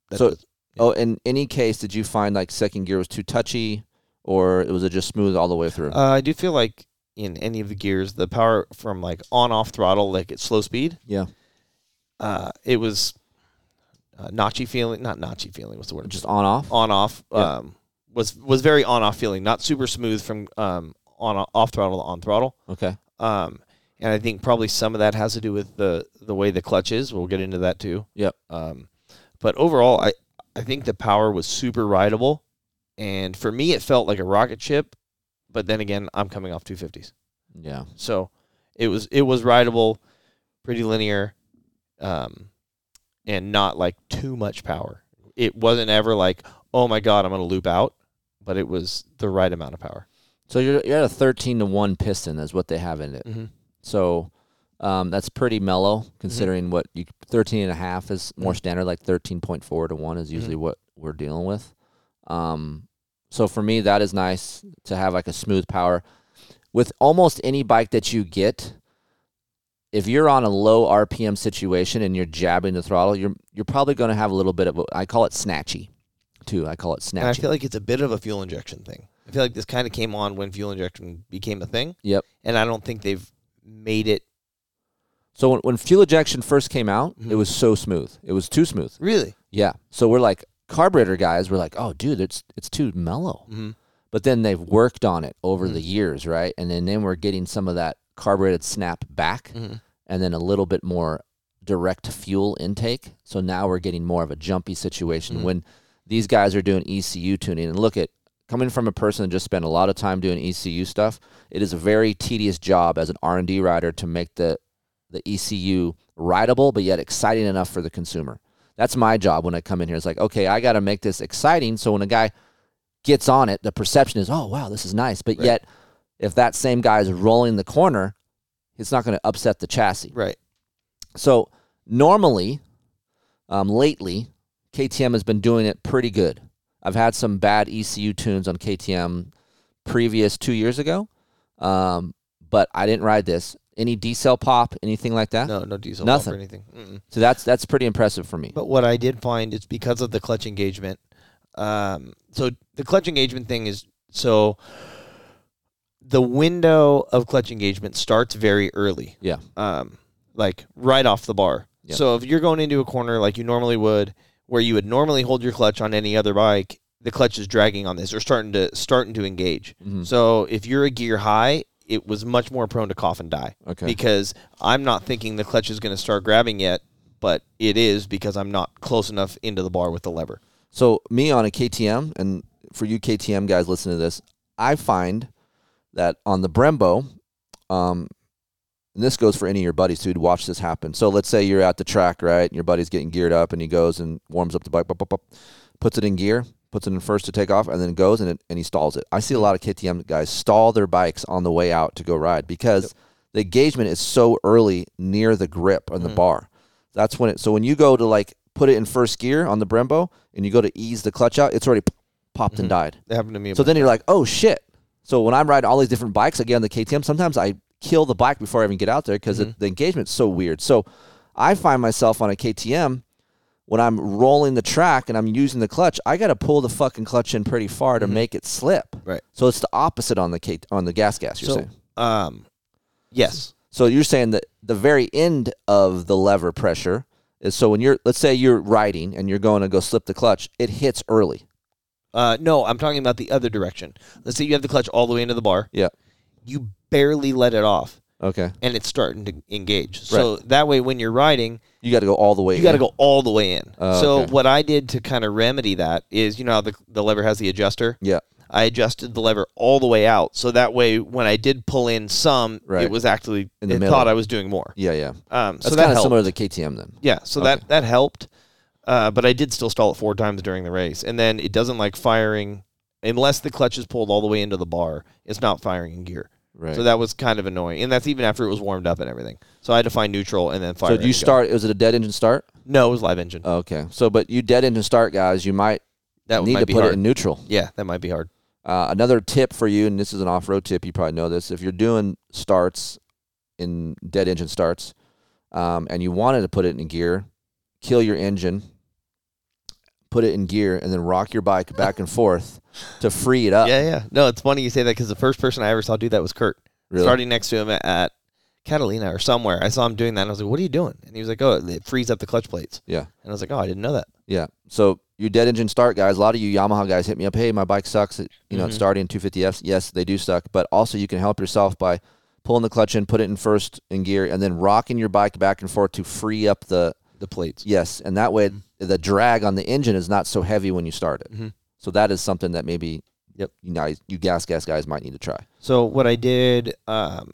S2: that's
S1: So-
S2: what-
S1: Oh, in any case, did you find like second gear was too touchy or was it just smooth all the way through?
S2: uh, I do feel like in any of the gears, the power from like on off throttle, like at slow speed,
S1: yeah.
S2: uh, it was uh, notchy feeling. Not notchy feeling. What's the word?
S1: Just on off?
S2: on off.
S1: Yeah.
S2: Um, was was very on off feeling. Not super smooth from um on off throttle to on throttle.
S1: Okay.
S2: Um, and I think probably some of that has to do with the the way the clutch is. We'll get into that too.
S1: Yep.
S2: Um, but overall, I I think the power was super rideable, and for me, it felt like a rocket ship. But then again, I'm coming off 250s,
S1: Yeah.
S2: so it was it was rideable, pretty linear, um, and not like too much power. It wasn't ever like, oh my god, I'm gonna loop out, but it was the right amount of power.
S1: So you're, you're at a 13 to 1 piston, is what they have in it.
S2: Mhm.
S1: So um, that's pretty mellow considering what you 13 and a half is more standard, like 13.4 to 1 is usually what we're dealing with. Um, so for me, that is nice to have like a smooth power. With almost any bike that you get, if you're on a low RPM situation and you're jabbing the throttle, you're you're probably going to have a little bit of a, I call it snatchy, too. I call it snatchy.
S2: And I feel like it's a bit of a fuel injection thing. I feel like this kind of came on when fuel injection became a thing,
S1: yep.
S2: and I don't think they've made it
S1: So when, when fuel ejection first came out, it was so smooth. It was too smooth.
S2: really.
S1: Yeah. So we're like carburetor guys. We're like, oh, dude, it's it's too mellow. But then they've worked on it over the years, right? And then then we're getting some of that carbureted snap back, and then a little bit more direct fuel intake. So now we're getting more of a jumpy situation when these guys are doing ECU tuning. And look at coming from a person that just spent a lot of time doing ECU stuff, it is a very tedious job as an R and D rider to make the the E ECU rideable, but yet exciting enough for the consumer. That's my job when I come in here. It's like, okay, I got to make this exciting. So when a guy gets on it, the perception is, oh, wow, this is nice. But yet, if that same guy is rolling the corner, it's not going to upset the chassis.
S2: Right.
S1: So normally, um, lately, KTM has been doing it pretty good. I've had some bad ECU tunes on KTM previous two years ago, um, but I didn't ride this. Any D cell pop, anything like that?
S2: No, no diesel pump
S1: Nothing.
S2: or anything. Mm-mm.
S1: So that's that's pretty impressive for me.
S2: But what I did find is because of the clutch engagement. Um, so the clutch engagement thing is so the window of clutch engagement starts very early.
S1: Yeah.
S2: um, like right off the bar.
S1: Yeah.
S2: So if you're going into a corner like you normally would, where you would normally hold your clutch on any other bike, the clutch is dragging on this or starting to starting to engage.
S1: Mm-hmm.
S2: So if you're a gear high, it was much more prone to cough and die.
S1: Okay.
S2: Because I'm not thinking the clutch is going to start grabbing yet, but it is because I'm not close enough into the bar with the lever.
S1: So me on a KTM, and for you KTM guys listening to this, I find that on the Brembo, um, and this goes for any of your buddies too. To watch this happen. So let's say you're at the track, right? And your buddy's getting geared up, and he goes and warms up the bike, bop, bop, bop, puts it in gear, puts it in first to take off, and then goes and it, and he stalls it. I see a lot of KTM guys stall their bikes on the way out to go ride because the engagement is so early near the grip on the bar. That's when it. So when you go to like put it in first gear on the Brembo and you go to ease the clutch out, it's already p- popped and died.
S2: That happened to me. a
S1: So then you're like, oh shit. So when I'm riding all these different bikes, again, the KTM, sometimes I kill the bike before I even get out there because
S2: Mm-hmm.
S1: the engagement's so weird. So I find myself on a KTM when I'm rolling the track and I'm using the clutch, I got to pull the fucking clutch in pretty far to make it slip.
S2: Mm-hmm. Right.
S1: So it's the opposite on the K- on the gas gas. You're
S2: So,
S1: saying.
S2: um, yes.
S1: So you're saying that the very end of the lever pressure is so when you're let's say you're riding and you're going to go slip the clutch, it hits early.
S2: Uh, no, I'm talking about the other direction. Let's say you have the clutch all the way into the bar.
S1: Yeah.
S2: You barely let it off.
S1: Okay.
S2: and it's starting to engage. So that way, when you're riding,
S1: You got to go all the way.
S2: you got to
S1: in.
S2: go all the way in.
S1: Oh,
S2: so
S1: okay.
S2: what I did to kind of remedy that is, you know, how the the lever has the adjuster.
S1: Yeah.
S2: I adjusted the lever all the way out, so that way when I did pull in some,
S1: Right.
S2: it was actually
S1: In the
S2: it
S1: middle.
S2: thought I was doing more.
S1: Yeah, yeah.
S2: Um,
S1: That's
S2: so that
S1: kind of
S2: helped.
S1: similar to the KTM then.
S2: Yeah, so that that helped, uh, but I did still stall it four times during the race, and then it doesn't like firing unless the clutch is pulled all the way into the bar. It's not firing in gear.
S1: Right.
S2: So that was kind of annoying, and that's even after it was warmed up and everything. So I had to find neutral and then fire.
S1: So
S2: it
S1: do you
S2: again.
S1: start? Uh, Was it a dead engine start?
S2: No, it was live engine.
S1: Oh, Okay. So but you dead engine start, guys. You might
S2: that
S1: need
S2: might
S1: to
S2: be
S1: put
S2: hard.
S1: it in neutral.
S2: yeah, that might be hard.
S1: Uh, another tip for you, and this is an off-road tip. You probably know this. If you're doing starts in dead engine starts, um, and you wanted to put it in gear, kill your engine, put it in gear, and then rock your bike back and forth to free it up.
S2: Yeah, yeah. No, it's funny you say that because the first person I ever saw do that was Kurt.
S1: Really?
S2: Starting next to him at, at Catalina or somewhere, I saw him doing that, and I was like, "What are you doing?" And he was like, "Oh, it frees up the clutch plates."
S1: yeah,
S2: And I was like, "Oh, I didn't know that."
S1: yeah. So your dead engine start guys, a lot of you Yamaha guys hit me
S2: Mm-hmm.
S1: up. Hey, my bike sucks. At, you know, it's starting 250fs. Yes, they do suck, but also you can help yourself by pulling the clutch in, put it in first in gear, and then rocking your bike back and forth to free up the
S2: the plates.
S1: yes, and that way
S2: Mm-hmm.
S1: the drag on the engine is not so heavy when you start it. So that is something that maybe
S2: Yep.
S1: you guys, you gas gas guys might need to try.
S2: So what I did, um,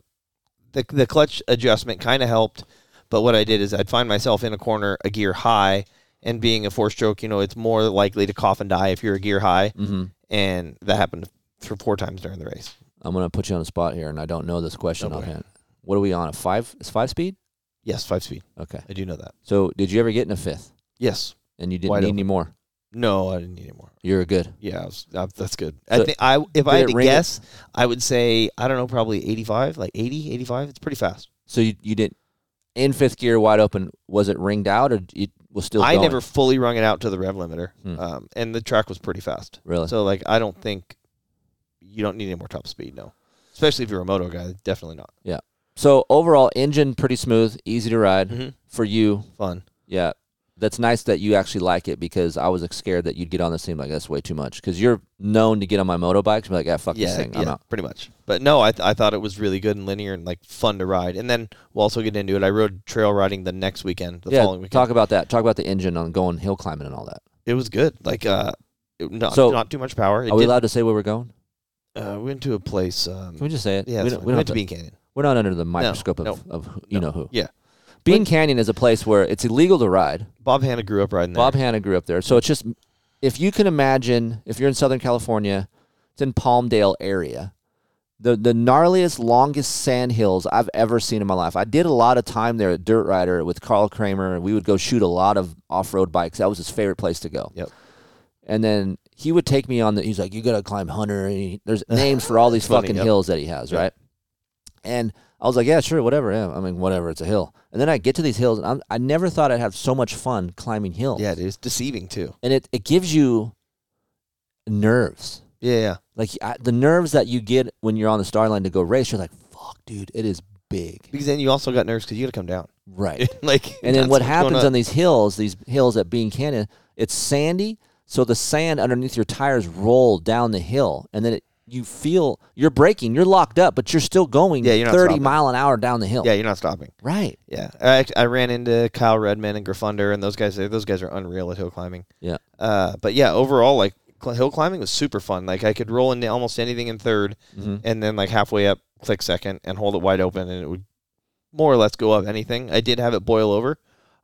S2: the the clutch adjustment kind of helped, but what I did is I'd find myself in a corner a gear high, and being a four stroke, you know, it's more likely to cough and die if you're a gear high,
S1: Mm-hmm.
S2: and that happened th- four times during the race.
S1: I'm gonna put you on the spot here, and I don't know this question
S2: Oh, boy.
S1: offhand. What are we on? A five? Is five speed?
S2: Yes, five speed.
S1: Okay.
S2: I do know that.
S1: So did you ever get in a fifth,
S2: Yes.
S1: and you didn't
S2: Wide
S1: need
S2: open.
S1: any more?
S2: No, I didn't need any more.
S1: You're good.
S2: Yeah, I was, uh, that's good.
S1: So
S2: I think I if
S1: did
S2: I
S1: it
S2: had to
S1: ring it?
S2: guess, I would say I don't know, probably 85, like 80, 85. It's pretty fast.
S1: So you you didn't in fifth gear, wide open. Was it ringed out, or it was still?
S2: I
S1: going?
S2: never fully rung it out to the rev limiter,
S1: Hmm.
S2: um, and the track was pretty fast.
S1: really.
S2: So like I don't think you don't need any more top speed, no. Especially if you're a moto guy, definitely not.
S1: So overall, engine pretty smooth, easy to ride
S2: Mhm.
S1: for you.
S2: Fun.
S1: Yeah, that's nice that you actually like it because I was scared that you'd get on this team like that's way too much because you're known to get on my motorbikes and be like, yeah, fuck this
S2: Yeah,
S1: thing, I'm
S2: yeah,
S1: out.
S2: pretty much. But no, I, th- I thought it was really good and linear and like fun to ride. And then we'll also get into it. I rode trail riding the next weekend, the
S1: yeah,
S2: following weekend.
S1: talk about that. Talk about the engine on going hill climbing and all that.
S2: it was good. Like uh, it- not
S1: So-
S2: not too much power. It
S1: Are we
S2: did-
S1: allowed to say where we're going?
S2: uh, we went to a place. Um,
S1: Can we just say it?
S2: yeah,
S1: we
S2: it's
S1: don't,
S2: fine.
S1: we
S2: we
S1: don't
S2: went
S1: have
S2: to
S1: to,
S2: Bean Canyon.
S1: we're not under the microscope
S2: no,
S1: of, of who- you know who.
S2: Yeah,
S1: Bean Canyon is a place where it's illegal to ride.
S2: Bob Hanna grew up riding there.
S1: Bob Hanna grew up there. So it's just if you can imagine, if you're in Southern California, it's in Palmdale area. The the gnarliest, longest sand hills I've ever seen in my life. I did a lot of time there at Dirt Rider with Carl Kramer, and we would go shoot a lot of off road bikes. That was his favorite place to go.
S2: Yep.
S1: And then he would take me on the. He's like, "You gotta climb Hunter." And he, there's names for all these
S2: Funny,
S1: fucking
S2: yep.
S1: hills that he has, right? And I was like, "Yeah, sure, whatever." Yeah, I mean, whatever. It's a hill. And then I get to these hills, and I'm, I never thought I'd have so much fun climbing hills
S2: Yeah, dude, it's deceiving too.
S1: and it, it gives you nerves
S2: Yeah, yeah.
S1: like I, the nerves that you get when you're on the star line to go race you're like fuck dude it is big
S2: Because then you also got nerves because you got to come down.
S1: right
S2: like,
S1: and then
S2: that's
S1: what
S2: what's going
S1: happens
S2: on.
S1: on these hills these hills at bean canyon it's sandy so the sand underneath your tires roll down the hill and then it, you feel you're braking you're locked up but you're still going
S2: Yeah, you're not
S1: 30
S2: stopping.
S1: mile an hour down the hill
S2: Yeah, you're not stopping.
S1: right
S2: Yeah, I, act- I ran into Kyle Redman and Grifunder, and those guys. Those guys are unreal at hill climbing.
S1: yeah
S2: Uh, but yeah, overall, like cl- hill climbing was super fun. Like I could roll into almost anything in 3rd
S1: Mm-hmm.
S2: and then like halfway up, click second, and hold it wide open, and it would more or less go up anything. I did have it boil over.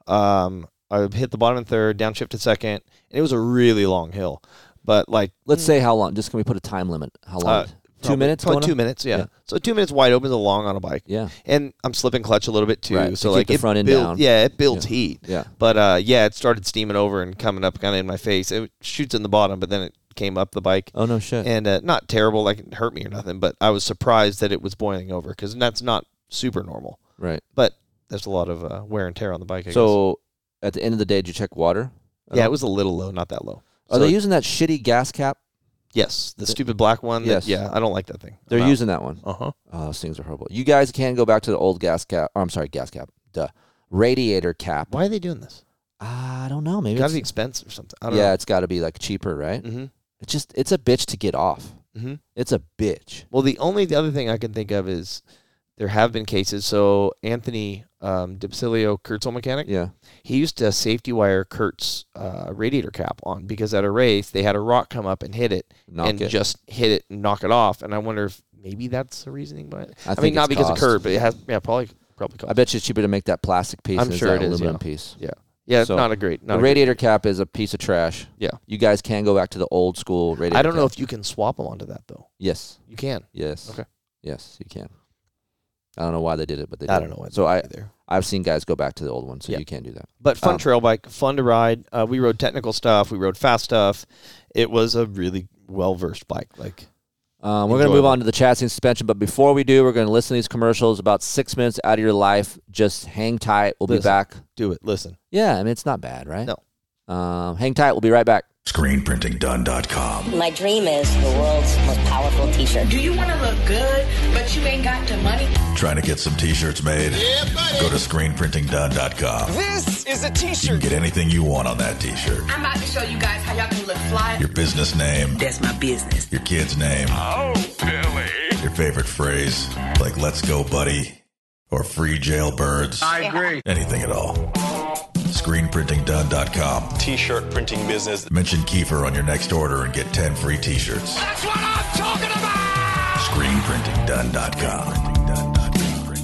S2: Um, I would hit the bottom in third, downshift to second, and it was a really long hill. But like
S1: let's say how long just can we put a time limit how long
S2: Uh,
S1: two
S2: probably-
S1: minutes
S2: probably
S1: going
S2: two
S1: on?
S2: minutes, yeah.
S1: Yeah.
S2: So two minutes wide open is long on a bike.
S1: yeah
S2: and I'm slipping clutch a little bit too.
S1: Right,
S2: So
S1: to keep
S2: like
S1: the
S2: it
S1: front end
S2: built-
S1: down.
S2: Yeah, it builds heat.
S1: Yeah.
S2: But uh, yeah, it started steaming over and coming up kind of in my face. It shoots in the bottom, but then it came up the bike.
S1: oh no shit
S2: And uh, not terrible, like it hurt me or nothing, but I was surprised that it was boiling over because that's not super normal.
S1: right
S2: But there's a lot of uh, wear and tear on the bike. I
S1: So at the end of the day, did you check water?
S2: guess. Uh, yeah, it was a little low, not that low.
S1: Are
S2: So
S1: they
S2: it-
S1: using that shitty gas cap?
S2: yes, the stupid black one. That,
S1: Yes.
S2: yeah, I don't like that thing.
S1: They're using that one.
S2: Uh huh.
S1: Oh, those things are horrible. You guys can go back to the old gas cap. Or, I'm sorry, gas cap. Duh. Radiator cap.
S2: Why are they doing this?
S1: I don't know. Maybe
S2: Got to
S1: it's,
S2: be expensive or something. I don't
S1: yeah, it's got to be like cheaper, right?
S2: know. Mm-hmm.
S1: It's just it's a bitch to get off.
S2: Mm-hmm.
S1: It's a bitch.
S2: Well, the only the other thing I can think of is there have been cases. So Anthony um, Dipsilio, Kurtzel mechanic,
S1: Yeah.
S2: he used to safety wire Kurt's uh, radiator cap on because at a race they had a rock come up and hit it
S1: Knock
S2: and
S1: it.
S2: just hit it and knock it off. And I wonder if maybe that's the reasoning behind it.
S1: I
S2: I,
S1: think
S2: mean,
S1: it's
S2: not because
S1: cost.
S2: of Kurt, but it has yeah probably probably cost.
S1: I bet you it's cheaper to make that plastic piece.
S2: I'm
S1: than it's
S2: sure
S1: that
S2: it is,
S1: Aluminum
S2: yeah.
S1: piece.
S2: yeah, yeah,
S1: So,
S2: not a great
S1: the
S2: not a great-
S1: radiator cap is a piece of trash.
S2: Yeah,
S1: You guys can go back to the old school radiator.
S2: I don't know
S1: cap.
S2: if you can swap them onto that though.
S1: Yes.
S2: You can.
S1: Yes.
S2: Okay.
S1: Yes, you can. I don't know why they did it, but they. Did.
S2: I don't know why they
S1: So I
S2: either.
S1: I've seen guys go back to the old one, so
S2: Yeah.
S1: you can't do that.
S2: But fun
S1: Um,
S2: trail bike, fun to ride. Uh, we rode technical stuff. We rode fast stuff. It was a really well versed bike. Like
S1: Um, we're going to move
S2: Enjoyable.
S1: on to the chassis and suspension, but before we do, we're going to listen to these commercials. About six minutes out of your life, just hang tight. We'll be
S2: Listen.
S1: back.
S2: do it. Listen.
S1: Yeah, I mean it's not bad, right?
S2: No.
S1: Um, hang tight. We'll be right back.
S4: Screenprintingdone.com.
S5: My dream is the world's most powerful t-shirt.
S6: Do you want to look good, but you ain't got the money?
S4: Trying to get some t-shirts made? Go to screenprintingdone.com.
S7: This is a
S4: You can
S7: t-shirt.
S4: get anything you want on that t-shirt.
S6: I'm about to show you guys how y'all can look fly.
S4: Your business name,
S8: That's my business.
S4: your kid's name,
S7: Oh, Billy.
S4: your favorite phrase, like let's go, buddy, or free jailbirds. I agree. Anything at all. Screenprintingdone.com.
S7: T shirt printing business.
S4: Mention Kiefer on your next order and get 10 free t shirts.
S7: That's what I'm talking about!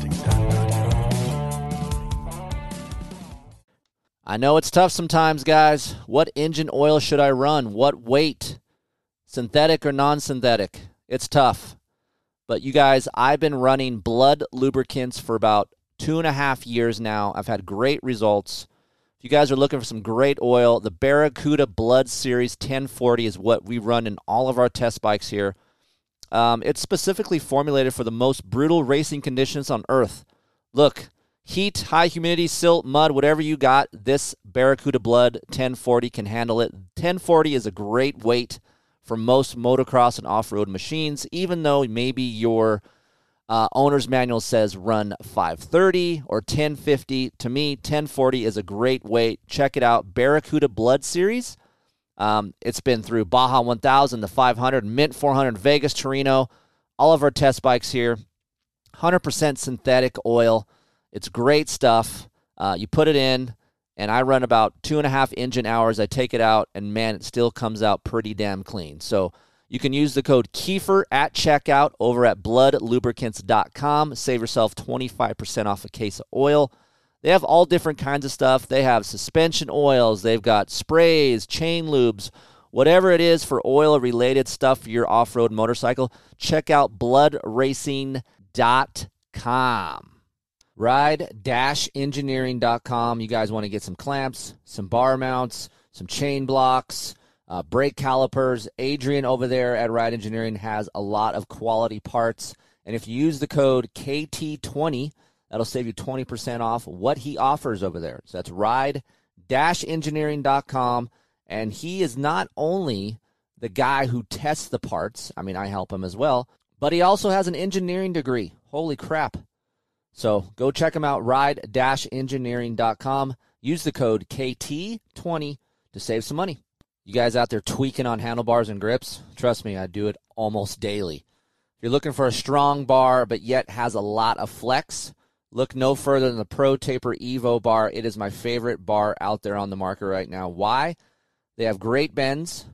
S4: Screenprintingdone.com.
S1: I know it's tough sometimes, guys. What engine oil should I run? What weight? Synthetic or non synthetic? It's tough. But you guys, I've been running blood lubricants for about two and a half years now. I've had great results. If you guys are looking for some great oil, the Barracuda Blood Series 1040 is what we run in all of our test bikes here. Um, it's specifically formulated for the most brutal racing conditions on Earth. Look, heat, high humidity, silt, mud, whatever you got, this Barracuda Blood 1040 can handle it. 1040 is a great weight for most motocross and off road machines, even though maybe your uh, owner's manual says run 530 or 1050. To me, 1040 is a great weight. Check it out. Barracuda Blood Series. Um, it's been through Baja 1000, the 500, Mint 400, Vegas, Torino, all of our test bikes here. 100% synthetic oil. It's great stuff. Uh, you put it in, and I run about two and a half engine hours. I take it out, and man, it still comes out pretty damn clean. So you can use the code Kiefer at checkout over at bloodlubricants.com. Save yourself 25% off a case of oil. They have all different kinds of stuff. They have suspension oils, they've got sprays, chain lubes, whatever it is for oil related stuff for your off road motorcycle. Check out bloodracing.com. Ride-engineering.com. You guys want to get some clamps, some bar mounts, some chain blocks, uh, brake calipers. Adrian over there at Ride Engineering has a lot of quality parts. And if you use the code KT20, that'll save you 20% off what he offers over there. So that's ride-engineering.com. And he is not only the guy who tests the parts, I mean, I help him as well, but he also has an engineering degree. Holy crap. So go check them out, ride engineering.com. Use the code KT20 to save some money. You guys out there tweaking on handlebars and grips? Trust me, I do it almost daily. If you're looking for a strong bar but yet has a lot of flex, look no further than the Pro Taper Evo bar. It is my favorite bar out there on the market right now. Why? They have great bends,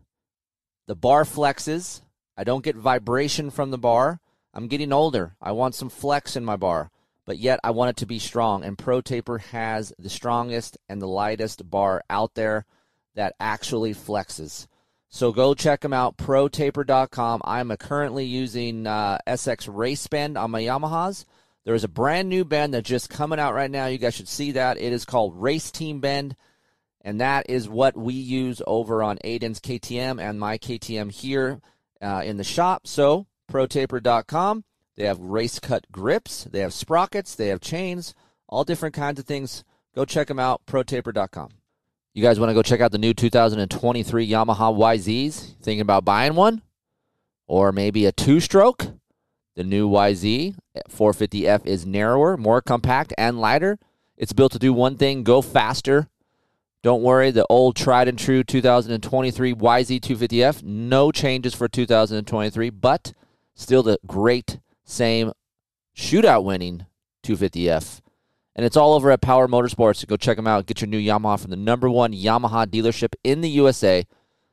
S1: the bar flexes. I don't get vibration from the bar. I'm getting older. I want some flex in my bar, but yet I want it to be strong. And Pro Taper has the strongest and the lightest bar out there that actually flexes. So go check them out, protaper.com. I'm uh, currently using uh, SX Race Bend on my Yamahas. There is a brand new bend that's just coming out right now. You guys should see that. It is called Race Team Bend. And that is what we use over on Aiden's KTM and my KTM here uh, in the shop. So, protaper.com. They have race cut grips, they have sprockets, they have chains, all different kinds of things. Go check them out, protaper.com. You guys want to go check out the new 2023 Yamaha YZs? Thinking about buying one? Or maybe a two stroke? The new YZ 450F is narrower, more compact, and lighter. It's built to do one thing go faster. Don't worry, the old tried and true 2023 YZ250F, no changes for 2023, but still the great same shootout winning 250F. And it's all over at Power Motorsports. Go check them out. Get your new Yamaha from the number one Yamaha dealership in the USA,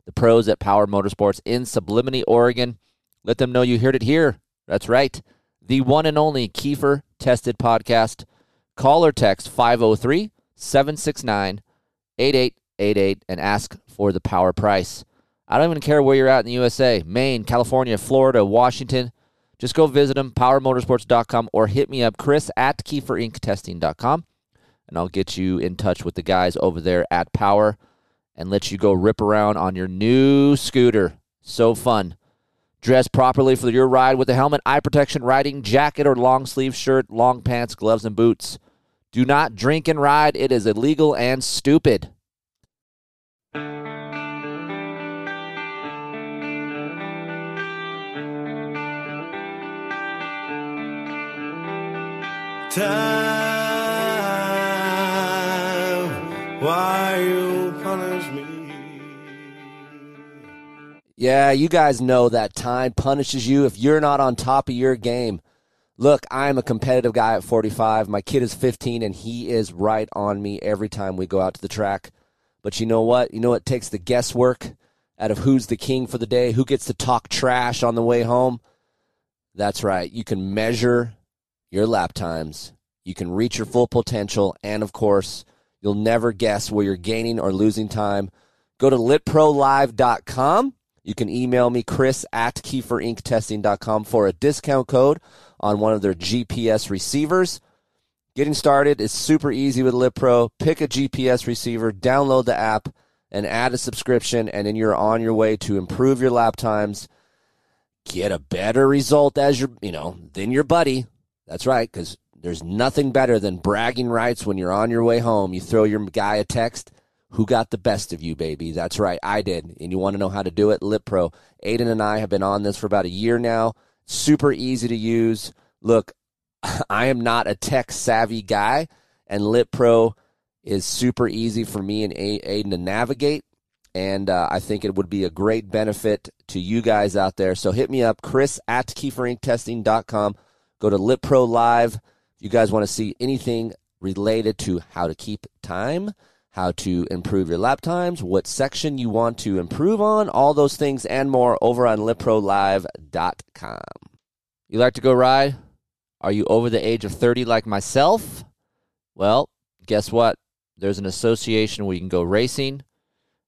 S1: the pros at Power Motorsports in Sublimity, Oregon. Let them know you heard it here. That's right. The one and only Kiefer Tested Podcast. Call or text 503 769 8888 and ask for the power price. I don't even care where you're at in the USA Maine, California, Florida, Washington. Just go visit them, powermotorsports.com, or hit me up, Chris at keyforinktesting.com, and I'll get you in touch with the guys over there at Power and let you go rip around on your new scooter. So fun. Dress properly for your ride with a helmet, eye protection, riding jacket, or long sleeve shirt, long pants, gloves, and boots. Do not drink and ride. It is illegal and stupid.
S8: Time, why you punish me? Yeah, you guys know that time punishes you if you're not on top of your game. Look, I'm a competitive guy at 45. My kid is 15, and he is right on me every time we go out to the track. But you know what? You know it takes the guesswork out of who's the king for the day, who gets to talk trash on the way home. That's right. You can measure your lap times. You can reach your full potential. And of course, you'll never guess where you're gaining or losing time. Go to litprolive.com. You can email me, chris at keyforinktesting.com for a discount code on one of their GPS receivers. Getting started is super easy with LitPro. Pick a GPS receiver, download the app, and add a subscription, and then you're on your way to improve your lap times get a better result as your you know than your buddy that's right because there's nothing better than bragging rights when you're on your way home you throw your guy a text who got the best of you baby that's right i did and you want to know how to do it lip pro aiden and i have been on this for about a year now super easy to use look i am not a tech savvy guy and lip pro is super easy for me and A- aiden to navigate and uh, I think it would be a great benefit to you guys out there. So hit me up, Chris at KieferInkTesting.com. Go to Lit Pro Live. If you guys want to see anything related to how to keep time, how to improve your lap times, what section you want to improve on, all those things and more over on LitProLive.com. You like to go ride? Are you over the age of 30 like myself?
S1: Well, guess what? There's an association where you can go racing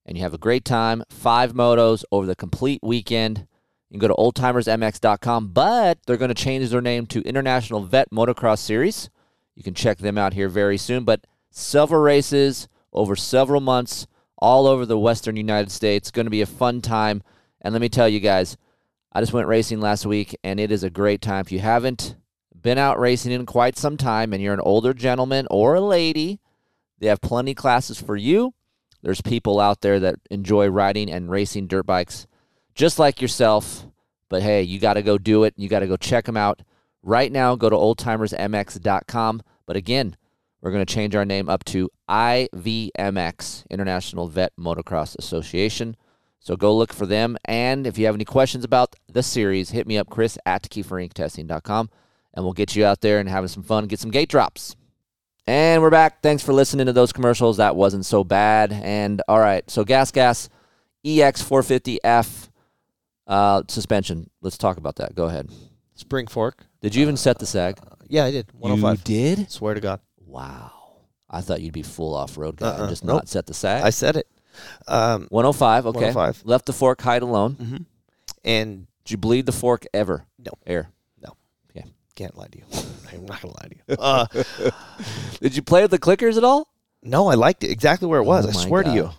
S1: and you have a great time. Five motos over the complete weekend. You can go to oldtimersmx.com, but they're going to change their name to International Vet Motocross Series. You can check them out here very soon, but several races over several months all over the western United States. Going to be a fun time. And let me tell you guys, I just went racing last week and it is a great time. If you haven't been out racing in quite some time and you're an older gentleman or a lady, they have plenty of classes for you. There's people out there that enjoy riding and racing dirt bikes just like yourself. But hey, you got to go do it. You got to go check them out. Right now, go to oldtimersmx.com. But again, we're going to change our name up to IVMX, International Vet Motocross Association. So go look for them. And if you have any questions about the series, hit me up, Chris at E KieferInkTesting.com, and we'll get you out there and having some fun, get some gate drops. And we're back. Thanks for listening to those commercials. That wasn't so bad. And all right, so Gas Gas E EX450F uh, suspension. Let's talk about that. Go ahead.
S2: Spring fork.
S1: Did you even set the sag?
S2: Yeah, I did. 105.
S1: You did?
S2: Swear to God.
S1: Wow. I thought you'd be full off road guy
S2: Uh-uh.
S1: and just
S2: Nope.
S1: not set the sag.
S2: I said it. Um,
S1: 105. Okay.
S2: 105.
S1: Left the fork height alone.
S2: and
S1: Did you bleed the fork ever?
S2: Mm-hmm. No.
S1: Air.
S2: no,
S1: Yeah.
S2: can't lie to you. I'm not gonna lie to you. Uh,
S1: Did you play with the clickers at all?
S2: no, I liked it exactly where it was.
S1: Oh
S2: I
S1: my
S2: swear
S1: God.
S2: to you.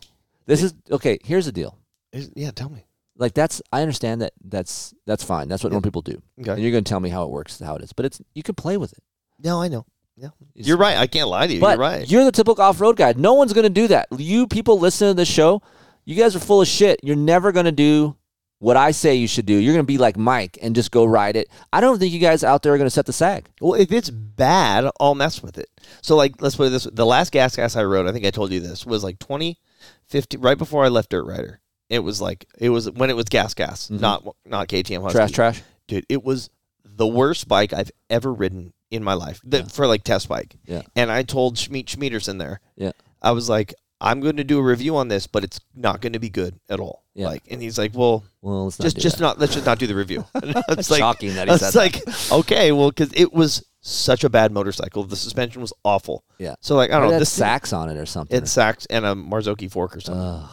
S1: This is okay. Here's the deal.
S2: Is- Yeah, tell me.
S1: like that's I understand that that's that's fine. That's what normal people do.
S2: Okay.
S1: And you're going to tell me how it works, how it is. But it's you can play with it.
S2: No, I know. Yeah, you're right. I can't lie to you.
S1: But
S2: you're right.
S1: you're the typical off-road guy. No one's going to do that. You people listening to this show, you guys are full of shit. You're never going to do what I say you should do. You're going to be like Mike and just go ride it. I don't think you guys out there are going to set the sag.
S2: Well, if it's bad, I'll mess with it. So, like, let's put it this way. The last gas gas I rode, I think I told you this, was like 20, 50, right before I left Dirt Rider. It was like, it was when it was gas gas, not not KTM Husky.
S1: Trash, trash.
S2: Dude, it was the worst bike I've ever ridden in my life the, for like test bike.
S1: Yeah.
S2: And I told Schmeet Schmeeterson there,
S1: Yeah.
S2: I was like, I'm going to do a review on this, but it's not going to be good at all.
S1: Yeah.
S2: Like, and he's like, well,
S1: Well, let's not
S2: just
S1: do
S2: just
S1: that.
S2: not let's just not do the review. it's
S1: Shocking that he
S2: I was
S1: said that.
S2: like, okay, well, because it was such a bad motorcycle. The suspension was awful.
S1: Yeah.
S2: So like, I
S1: Or
S2: don't know.
S1: that
S2: This thing-
S1: sacks on it or something.
S2: it sacks and a Marzocchi fork or something.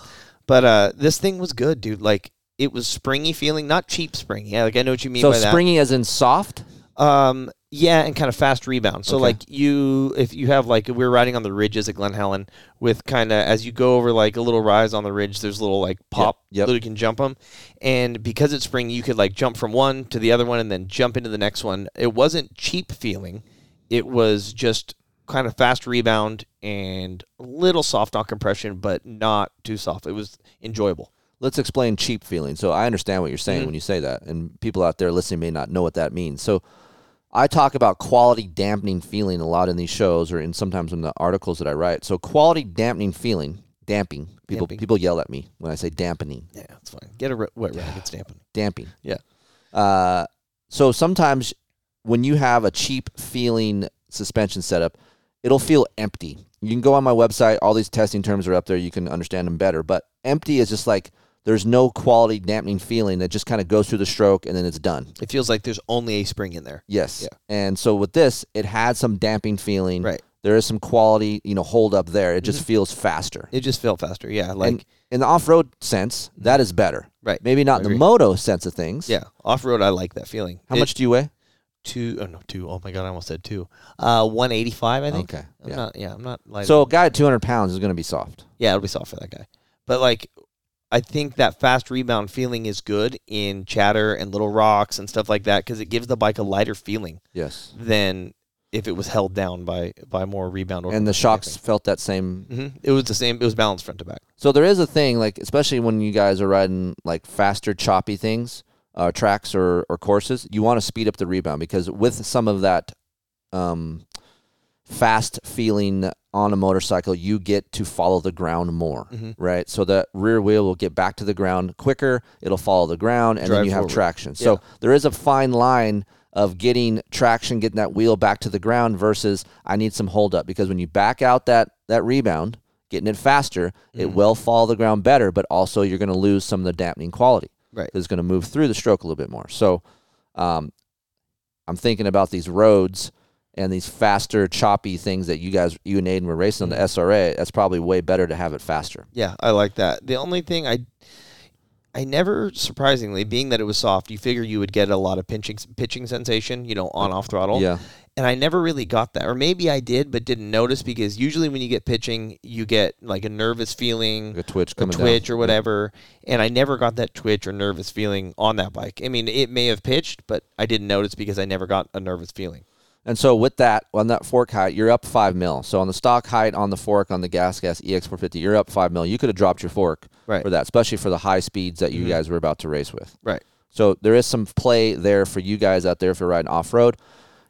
S2: But uh, this thing was good, dude. Like it was springy feeling, not cheap springy. Yeah, like I know what you mean
S1: so
S2: by that.
S1: springy as in soft.
S2: Um, yeah, and kind of fast rebound. So
S1: Okay.
S2: like you, if you have like we were riding on the ridges at Glen Helen with kind of as you go over like a little rise on the ridge, there's little like pop
S1: yep.
S2: that you can jump them, and because it's spring, you could like jump from one to the other one and then jump into the next one. It wasn't cheap feeling, it was just kind of fast rebound and a little soft on compression, but not too soft. It was enjoyable.
S1: let's explain cheap feeling. So I understand what you're saying when you say that, and people out there listening may not know what that means. So I talk about quality dampening feeling a lot in these shows, or in sometimes in the articles that I write. So quality dampening feeling, damping, People
S2: Damping.
S1: people yell at me when I say dampening,
S2: Yeah, it's fine. Get a re- wet rag. It's dampened.
S1: damping.
S2: Yeah.
S1: Uh, so sometimes when you have a cheap feeling suspension setup, it'll feel empty. You can go on my website. All these testing terms are up there. You can understand them better. But empty is just like there's no quality dampening feeling that just kind of goes through the stroke and then it's done.
S2: It feels like there's only a spring in there.
S1: Yes.
S2: Yeah.
S1: And so with this, it had some damping feeling.
S2: Right. Mm-hmm.
S1: There is some quality, you know, hold up there. It just feels faster.
S2: It just felt faster. Yeah, like
S1: and in the off road sense, that is better.
S2: Right.
S1: Maybe not
S2: I
S1: in the
S2: agree.
S1: moto sense of things.
S2: yeah, off road. I like that feeling.
S1: How
S2: It-
S1: much do you weigh?
S2: Two? Oh no, two. Oh my god, I almost said two. Uh, one eighty five. I think.
S1: Okay,
S2: I'm
S1: yeah.
S2: Not, yeah, I'm not like
S1: So a guy at 200 pounds is going to be soft.
S2: Yeah, it'll be soft for that guy. But like, I think that fast rebound feeling is good in chatter and little rocks and stuff like that because it gives the bike a lighter feeling
S1: Yes.
S2: than if it was held down by by more rebound. Or
S1: And the shocks felt that same.
S2: hmm It was the same. It was balanced front to back.
S1: So there is a thing, like, especially when you guys are riding like faster, choppy things, uh, tracks or, or courses, you want to speed up the rebound because with some of that um, fast feeling on a motorcycle, you get to follow the ground more,
S2: Mm-hmm.
S1: right? So the rear wheel will get back to the ground quicker. It'll follow the ground, and
S2: Drive
S1: then you
S2: forward.
S1: have traction. So
S2: Yeah.
S1: there is a fine line of getting traction, getting that wheel back to the ground versus I need some hold up because when you back out that that rebound, getting it faster, it
S2: Mm-hmm.
S1: will follow the ground better, but also you're going to lose some of the dampening quality.
S2: Right.
S1: It's going to move through the stroke a little bit more. So um, I'm thinking about these roads and these faster, choppy things that you guys, you and Aiden were racing on the
S2: Mm-hmm.
S1: SRA. That's probably way better to have it faster.
S2: Yeah, I like that. The only thing I, I never surprisingly, being that it was soft, you figure you would get a lot of pinching pitching sensation, you know, on off throttle.
S1: Yeah.
S2: and I never really got that, or maybe I did but didn't notice because usually when you get pitching, you get like a nervous feeling,
S1: Like a twitch
S2: a
S1: coming down.
S2: twitch or whatever, and I never got that twitch or nervous feeling on that bike. I mean, it may have pitched, but I didn't notice because I never got a nervous feeling.
S1: And so with that, on that fork height, you're up five mil. So on the stock height, on the fork, on the gas gas E EX450, you're up five mil. You could have dropped your fork
S2: Right.
S1: for that, especially for the high speeds that you guys were about to race with.
S2: Right.
S1: So there is some play there for you guys out there if you're riding off road.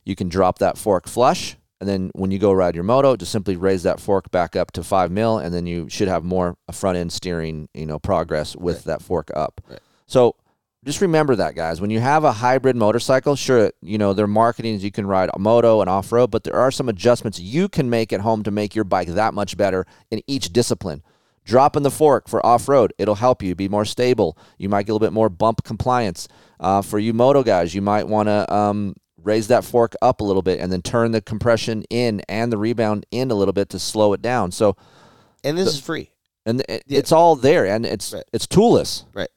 S1: You can drop that fork flush, and then when you go ride your moto, just simply raise that fork back up to five mil, and then you should have more front end steering, you know, progress with that fork up. So just remember that, guys. When you have a hybrid motorcycle, sure, you know their marketing is you can ride a moto and off road, but there are some adjustments you can make at home to make your bike that much better in each discipline. Dropping the fork for off road, it'll help you be more stable. You might get a little bit more bump compliance. Uh, for you moto guys, you might want to um, raise that fork up a little bit and then turn the compression in and the rebound in a little bit to slow it down. So,
S2: And this is free.
S1: and it, it's all there, and it's
S2: Right.
S1: it's toolless.
S2: Right.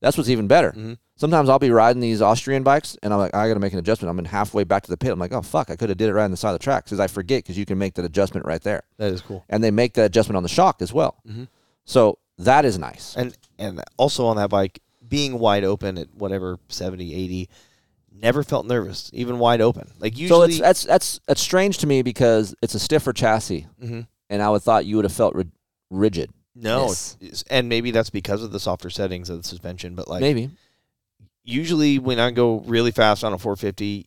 S1: That's what's even better. Sometimes I'll be riding these Austrian bikes, and I'm like, I got to make an adjustment. I'm in halfway back to the pit. I'm like, oh fuck, I could have did it right on the side of the track because I forget because you can make that adjustment right there,
S2: That is cool.
S1: and they make that adjustment on the shock as well. So that is nice.
S2: And and also on that bike, being wide open at whatever 70, 80, never felt nervous, even wide open. Like
S1: So
S2: usually
S1: it's that's that's that's strange to me because it's a stiffer chassis,
S2: Mm-hmm.
S1: and I would thought you would have felt ri- rigid.
S2: no,
S1: Yes.
S2: it's- and maybe that's because of the softer settings of the suspension, but like
S1: Maybe
S2: usually when I go really fast on a 450,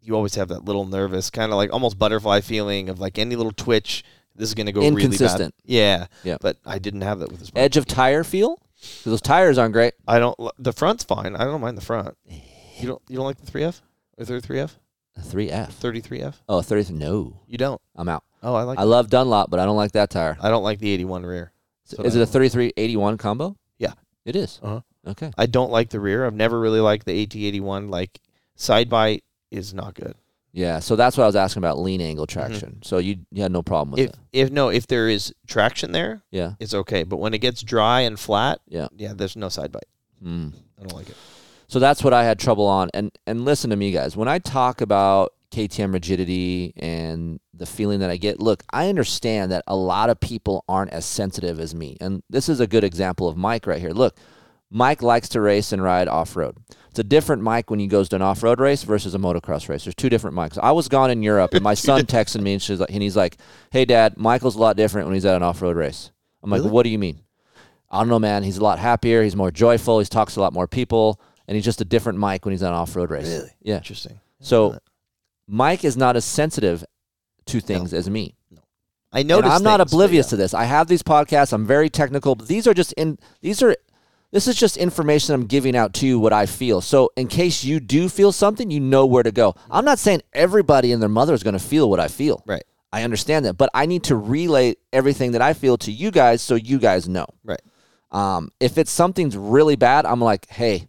S2: you always have that little nervous kind of like almost butterfly feeling of like any little twitch. This is going to go really bad.
S1: Inconsistent.
S2: Yeah.
S1: Yeah.
S2: But I didn't have that with this bike.
S1: edge of tire feel 'Cause those tires aren't great.
S2: I don't. li- The front's fine. I don't mind the front. You don't. You don't like the 3F or 33F,
S1: Three F.
S2: 33F.
S1: Oh, 30th. No,
S2: You don't.
S1: I'm out.
S2: Oh, I like.
S1: I love Dunlop, but I don't like that tire.
S2: I don't like the 81 rear. what
S1: is
S2: I
S1: it a
S2: don't-
S1: 3381 combo?
S2: Yeah.
S1: It is.
S2: Uh-huh.
S1: Okay.
S2: I don't like the rear. I've never really liked the AT81. Like side bite is not good.
S1: Yeah. So that's what I was asking about lean angle traction. So you, you had no problem with
S2: Mm-hmm. If
S1: it.
S2: if no, if there is traction there,
S1: Yeah.
S2: it's okay. But when it gets dry and flat,
S1: Yeah.
S2: yeah, there's no side bite.
S1: Mm.
S2: I don't like it.
S1: So that's what I had trouble on. And and listen to me, guys. When I talk about KTM rigidity and the feeling that I get, look, I understand that a lot of people aren't as sensitive as me. And this is a good example of Mike right here. Look, Mike likes to race and ride off road. It's a different Mike when he goes to an off road race versus a motocross race. There's two different Mikes. I was gone in Europe, and my son texted me, and she's like, and he's like, "Hey, Dad, Michael's a lot different when he's at an off road race." I'm like, "What do you mean?" I don't know, man. He's a lot happier. He's more joyful. He talks to a lot more people, and he's just a different Mike when he's on an off-road race. Really? Yeah.
S2: Interesting.
S1: So Mike is not as sensitive to things as me.
S2: I
S1: And
S2: noticed.
S1: I'm not
S2: things, but
S1: oblivious
S2: yeah.
S1: to this. I have these podcasts. I'm very technical, but these are just in these are this is just information I'm giving out to you what I feel. So in case you do feel something, you know where to go. I'm not saying everybody and their mother is going to feel what I feel.
S2: Right.
S1: I understand that, but I need to relay everything that I feel to you guys so you guys know.
S2: Right.
S1: Um, if it's something's really bad, I'm like, hey,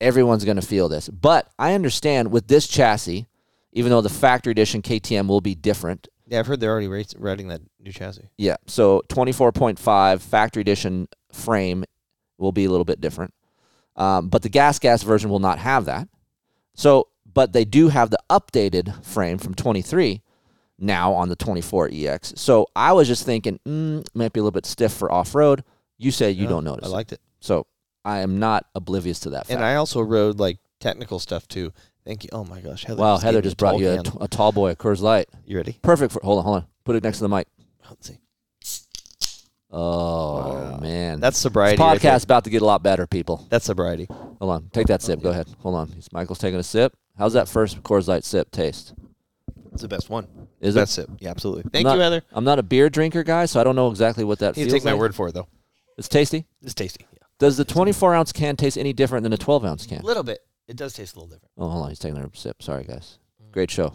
S1: everyone's going to feel this. But I understand with this chassis, even though the factory edition KTM will be different,
S2: Yeah, I've heard they're already rates- writing that new chassis.
S1: yeah. So 24.5 factory edition frame will be a little bit different. Um, but the gas gas version will not have that. So, but they do have the updated frame from 23 now on the 24 EX. So I was just thinking, mm, might be a little bit stiff for off road. You say you
S2: Yeah,
S1: don't notice.
S2: I
S1: it.
S2: liked it,
S1: So I am not oblivious to that fact.
S2: and I also rode like technical stuff too. Thank you. Oh my gosh, Heather.
S1: wow,
S2: just
S1: Heather
S2: gave me
S1: just brought
S2: tall
S1: you a,
S2: can.
S1: t- a tall boy, a Coors Light.
S2: you ready?
S1: Perfect for, hold on, hold on. Put it next to the mic.
S2: Let's see.
S1: Oh, man.
S2: That's
S1: this
S2: sobriety. right there.
S1: podcast about to get a lot better, people.
S2: That's sobriety.
S1: Hold on. Take that sip. Go ahead. Hold on. He's- Michael's taking a sip. How's that first Coors Light sip taste?
S2: It's the best one.
S1: Is
S2: Best
S1: it?
S2: sip. Yeah, absolutely.
S1: I'm
S2: Thank
S1: not-
S2: you, Heather.
S1: I'm not a beer drinker guy, so I don't know exactly what that
S2: You
S1: feels
S2: take my
S1: like.
S2: word for it though.
S1: It's tasty.
S2: It's tasty. Yeah.
S1: Does the 24 ounce can taste any different than the 12 ounce can?
S2: little bit. It does taste a little different.
S1: Oh, hold on. He's taking a sip. Sorry, guys. Great show.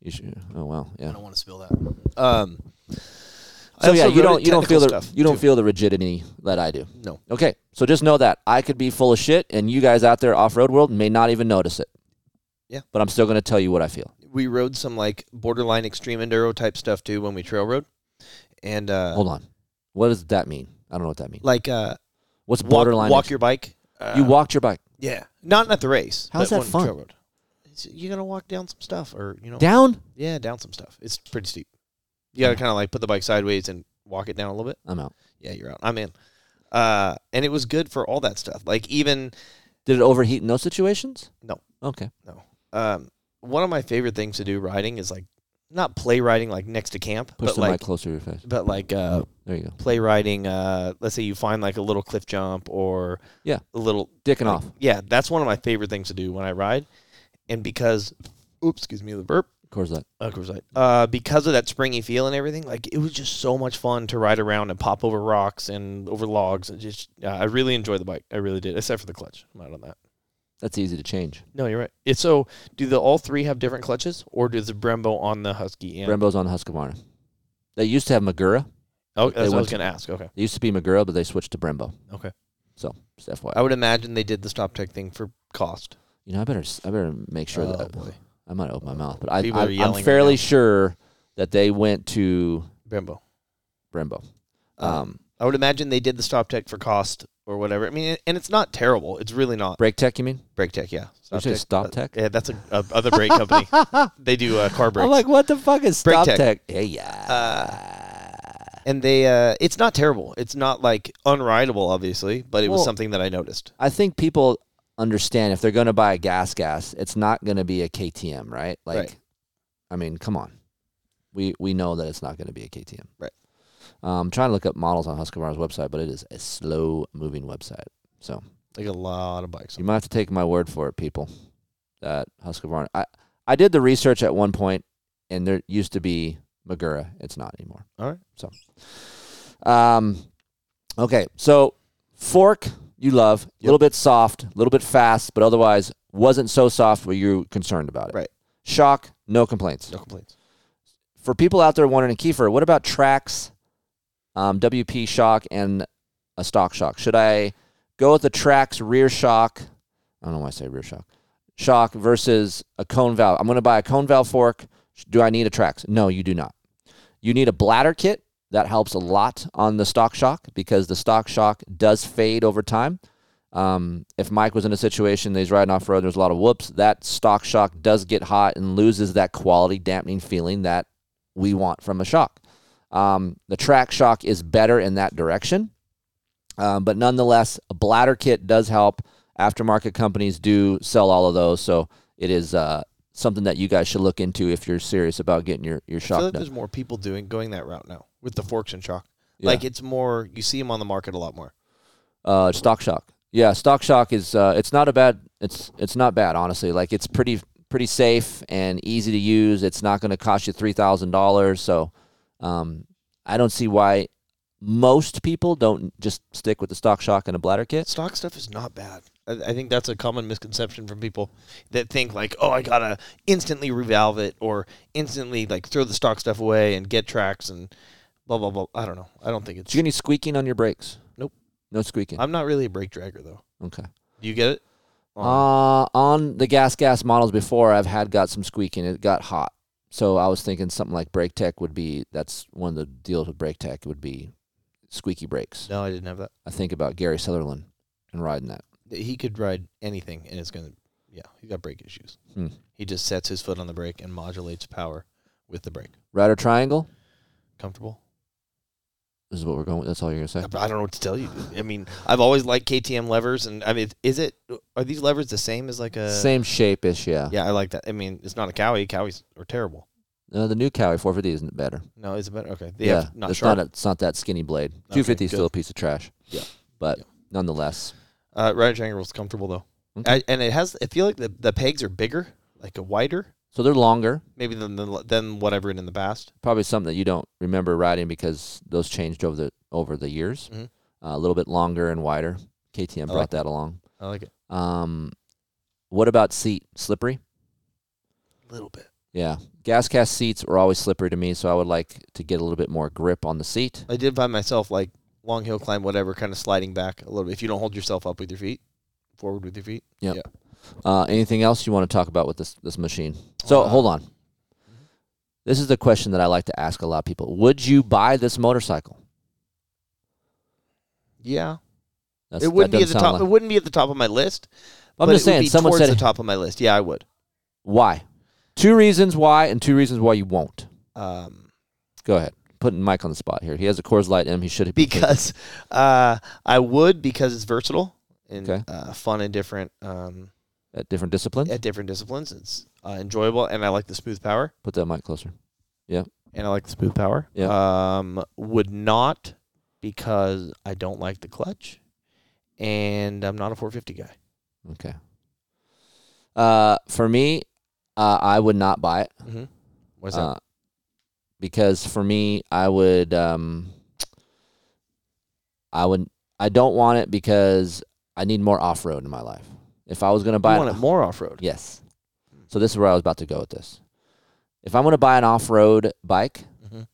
S1: You should. Oh wow. Yeah.
S2: want to spill that. Um. I
S1: So yeah,
S2: also
S1: you don't
S2: wrote
S1: you don't feel
S2: technical
S1: the
S2: stuff,
S1: you don't
S2: too.
S1: feel the rigidity that I do.
S2: No.
S1: Okay. So just know that I could be full of shit, and you guys out there off road world may not even notice it.
S2: Yeah.
S1: But I'm still going to tell you what I feel.
S2: we rode some like borderline extreme enduro type stuff too when we trail rode, and uh,
S1: Hold on. What does that mean? I don't know what that means.
S2: like uh,
S1: What's
S2: walk,
S1: borderline?
S2: walk your bike. Uh,
S1: you walked your bike
S2: yeah, not at the race.
S1: How's
S2: but
S1: that
S2: when we
S1: fun?
S2: Trail rode. It's- You're gonna walk down some stuff, or you know,
S1: down.
S2: yeah, down some stuff. It's pretty steep. You gotta kind of like put the bike sideways and walk it down a little bit.
S1: I'm out.
S2: Yeah, you're out. I'm in. Uh, and it was good for all that stuff. Like even
S1: Did it overheat in those situations?
S2: No.
S1: Okay.
S2: um, one of my favorite things to do riding is like not play riding like next to camp,
S1: Push
S2: but
S1: the mic
S2: like
S1: closer to your face.
S2: but like uh,
S1: There you go.
S2: play riding uh let's say you find like a little cliff jump or
S1: Yeah.
S2: a little
S1: Dicking
S2: like-
S1: off.
S2: yeah that's one of my favorite things to do when i ride and because oops excuse me the burp
S1: Coors Light.
S2: uh, course I- uh because of that springy feel and everything like it was just so much fun to ride around and pop over rocks and over logs and just uh, i really enjoy the bike i really did except for the clutch i'm out on that
S1: That's easy to change.
S2: no you're right it's so do the all three have different clutches or does the brembo on the husky and
S1: Brembo's on Husqvarna. They used to have Magura.
S2: oh that's
S1: they
S2: what i
S1: went
S2: was
S1: to-
S2: gonna ask okay
S1: It used to be Magura, but they switched to Brembo.
S2: okay
S1: So just FYI.
S2: i would imagine they did the stop tech thing for cost
S1: you know, I better s- I better make sure
S2: Oh,
S1: that
S2: boy. Oh,
S1: I might open my mouth, but I,
S2: People are
S1: I
S2: yelling
S1: am
S2: right
S1: fairly
S2: now.
S1: sure that they went to
S2: brembo
S1: Brembo. Um,
S2: Um, I would imagine they did the stop tech for cost or whatever. I mean, and it's not terrible. It's really not
S1: Brake Tech, you mean?
S2: brake tech. Yeah,
S1: you say Stop Tech?
S2: yeah, that's a, a other brake company. They do uh, car brakes.
S1: I'm like, what the fuck is
S2: Brake
S1: Stop
S2: Tech. Uh,
S1: Tech? Yeah, yeah.
S2: and they, uh, it's not terrible. It's not like unrideable, obviously, but it was
S1: Well-
S2: something that I noticed.
S1: I think people understand if they're going to buy a gas gas, it's not going to be a KTM, right? Like,
S2: Right.
S1: I mean, come on, we we know that it's not going to be a KTM,
S2: Right.
S1: Um, I'm trying to look up models on Husqvarna's website, but it is a slow moving website, so
S2: Like a lot of bikes.
S1: you might have to take my word for it, people. That Husqvarna, I I did the research at one point, and there used to be Magura, it's not anymore.
S2: All right.
S1: Um, okay, so fork you love, a little bit soft, a little bit fast, but otherwise wasn't so soft where you're concerned about it.
S2: Right.
S1: Shock, no complaints.
S2: No complaints.
S1: For people out there wondering, Kiefer, what about tracks, um, WP shock, and a stock shock? Should I go with the tracks rear shock? I don't know why I say rear shock. Shock versus a cone valve. I'm going to buy a cone valve fork. Do I need a Trax? No, you do not. You need a bladder kit. That helps a lot on the stock shock because the stock shock does fade over time. Um, if Mike was in a situation that he's riding off road, there's a lot of whoops, that stock shock does get hot and loses that quality dampening feeling that we want from a shock. Um, the track shock is better in that direction. Um, but nonetheless, a bladder kit does help. Aftermarket companies do sell all of those. So it is uh, something that you guys should look into if you're serious about getting your, your
S2: I
S1: shock
S2: feel like
S1: done.
S2: there's more people doing going that route now with the forks and shock.
S1: Yeah.
S2: Like it's more. You see them on the market a lot more.
S1: Uh, stock shock. Yeah, stock shock is uh, it's not a bad it's it's not bad honestly. Like it's pretty pretty safe and easy to use. It's not going to cost you three thousand dollars. So Um, I don't see why most people don't just stick with the stock shock and a bladder kit.
S2: Stock stuff is not bad. I, I think that's a common misconception from people that think like, oh, I gotta instantly revalve it or instantly like throw the stock stuff away and get tracks and blah blah blah. I don't know. I don't think it's.
S1: Do you get any squeaking on your brakes?
S2: Nope.
S1: No squeaking.
S2: I'm not really a brake dragger though.
S1: okay.
S2: Do you get it?
S1: Uh, on the gas gas models before, I've had got some squeaking. It got hot, so I was thinking something like Brake Tech would be. That's one of the deals with Brake Tech would be squeaky brakes.
S2: No, I didn't have that.
S1: I think about Gary Sutherland and riding that.
S2: He could ride anything, and it's gonna. Yeah, he got brake issues.
S1: Hmm.
S2: He just sets his foot on the brake and modulates power with the brake.
S1: Rider triangle.
S2: Comfortable.
S1: This is what we're going. with. That's all you're gonna say.
S2: I I don't know what to tell you. dude. I mean, I've always liked KTM levers, and I mean, is it are these levers the same as like a
S1: Same shape ish, yeah.
S2: Uh, Yeah, I like that. I mean, it's not a cowie. Cowies are terrible.
S1: No, Uh, the new Cowie 450 isn't better.
S2: No, is it better? Okay, they
S1: Yeah,
S2: have not
S1: it's
S2: sharp.
S1: not. A, it's not that skinny blade. 250 is
S2: good.
S1: still a piece of trash.
S2: Yeah.
S1: but
S2: Yeah.
S1: nonetheless,
S2: uh, right triangle is comfortable though, I, and it has. I feel like the, the pegs are bigger, like a wider,
S1: so they're longer.
S2: maybe than the, than what I've ridden in the past.
S1: Probably something that you don't remember riding because those changed over the over the years.
S2: Mhm.
S1: Uh, a little bit longer and wider. KTM
S2: I
S1: brought
S2: like
S1: that along.
S2: I like it
S1: Um, what about seat slippery?
S2: a little bit.
S1: Yeah, gas cast seats were always slippery to me, so I would like to get a little bit more grip on the seat.
S2: I did find myself like long hill climb, whatever, kind of sliding back a little bit. If you don't hold yourself up with your feet, forward with your feet.
S1: Yep.
S2: Yeah.
S1: Uh, anything else you want to talk about with this this machine? So
S2: Uh,
S1: hold on. This is the question that I like to ask a lot of people. Would you buy this motorcycle?
S2: Yeah.
S1: That's,
S2: It
S1: that
S2: wouldn't be at
S1: doesn't
S2: the
S1: sound
S2: top.
S1: like-
S2: it wouldn't be at the top of my list.
S1: I'm
S2: but
S1: just
S2: it would
S1: saying.
S2: be
S1: Someone
S2: towards
S1: said
S2: the top of my list. Yeah, I would.
S1: why. Two reasons why, and two reasons why you won't.
S2: Um,
S1: Go ahead. Putting Mike on the spot here. He has a Coors Light M. He should be thinking.
S2: because uh, I would because it's versatile and
S1: Okay.
S2: uh, fun and different um,
S1: at different disciplines.
S2: at different disciplines. It's uh, enjoyable and I like the smooth power
S1: Put that mic closer.
S2: and I like the smooth power. Yeah. Um, would not because I don't like the clutch and I'm not a 450 guy.
S1: Okay. Uh, for me, uh, I would not buy it.
S2: Mm-hmm. What's that?
S1: Uh, because for me, I would, um, I would, I don't want it because I need more off road in my life. If I was going to buy
S2: you want it more off road.
S1: yes. So this is where I was about to go with this. If I'm going to buy an off road bike,
S2: Mhm.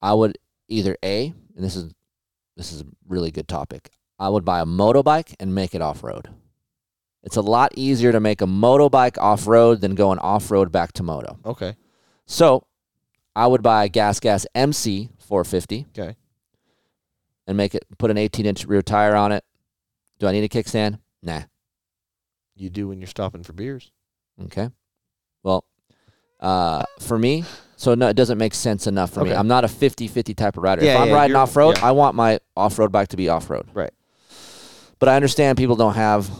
S1: I would either a, and this is this is a really good topic. I would buy a motobike and make it off road. It's a lot easier to make a motobike off road than going off road back to moto.
S2: Okay.
S1: So I would buy a Gas Gas MC 450
S2: Okay.
S1: and make it put an 18 inch rear tire on it. Do I need a kickstand? Nah.
S2: You do when you're stopping for beers.
S1: Okay. Well, uh, for me, so no, it doesn't make sense enough for me.
S2: Okay.
S1: I'm not a 50 50 type of rider. if
S2: Yeah,
S1: I'm
S2: yeah,
S1: riding
S2: you're-
S1: off road,
S2: yeah.
S1: I want my off road bike to be off road.
S2: Right.
S1: But I understand people don't have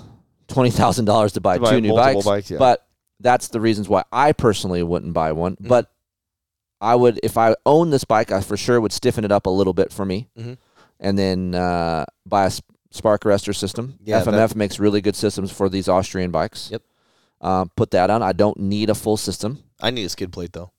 S1: $20,000 to buy
S2: To buy
S1: two new
S2: multiple
S1: bikes.
S2: bikes, yeah.
S1: But that's the reasons why I personally wouldn't buy one.
S2: Mm-hmm.
S1: But I would, if I own this bike, I for sure would stiffen it up a little bit for me
S2: Mhm.
S1: and then uh, buy a sp- spark arrestor system.
S2: Yeah, that-
S1: FMF makes really good systems for these Austrian bikes.
S2: Yep.
S1: Uh, put that on. I don't need a full system.
S2: I need a skid plate though.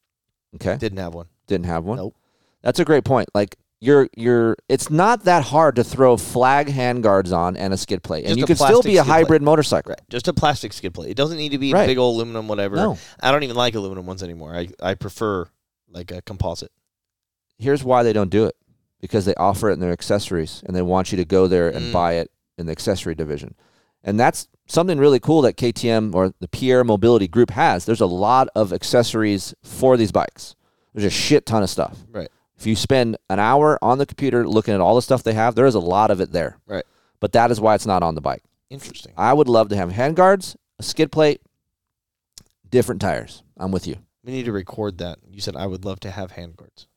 S1: Okay.
S2: Didn't have one.
S1: Didn't have one.
S2: Nope.
S1: That's a great point. Like you're you're it's not that hard to throw flag handguards on and a skid plate.
S2: Just
S1: and you
S2: a
S1: can still
S2: plastic
S1: be a
S2: skid plate.
S1: hybrid motorcycle.
S2: Right. Just a plastic skid plate. It doesn't need to be
S1: Right.
S2: big old aluminum, whatever.
S1: No.
S2: I don't even like aluminum ones anymore. I, I prefer like a composite.
S1: Here's why they don't do it. Because they offer it in their accessories and they want you to go there and
S2: Mm.
S1: buy it in the accessory division. And that's something really cool that KTM or the Pierre Mobility Group has. There's a lot of accessories for these bikes. There's a shit ton of stuff.
S2: Right.
S1: If you spend an hour on the computer looking at all the stuff they have, there is a lot of it there.
S2: Right.
S1: But that is why it's not on the bike.
S2: Interesting.
S1: I would love to have handguards, a skid plate, different tires. I'm with you.
S2: We need to record that. You said I would love to have handguards.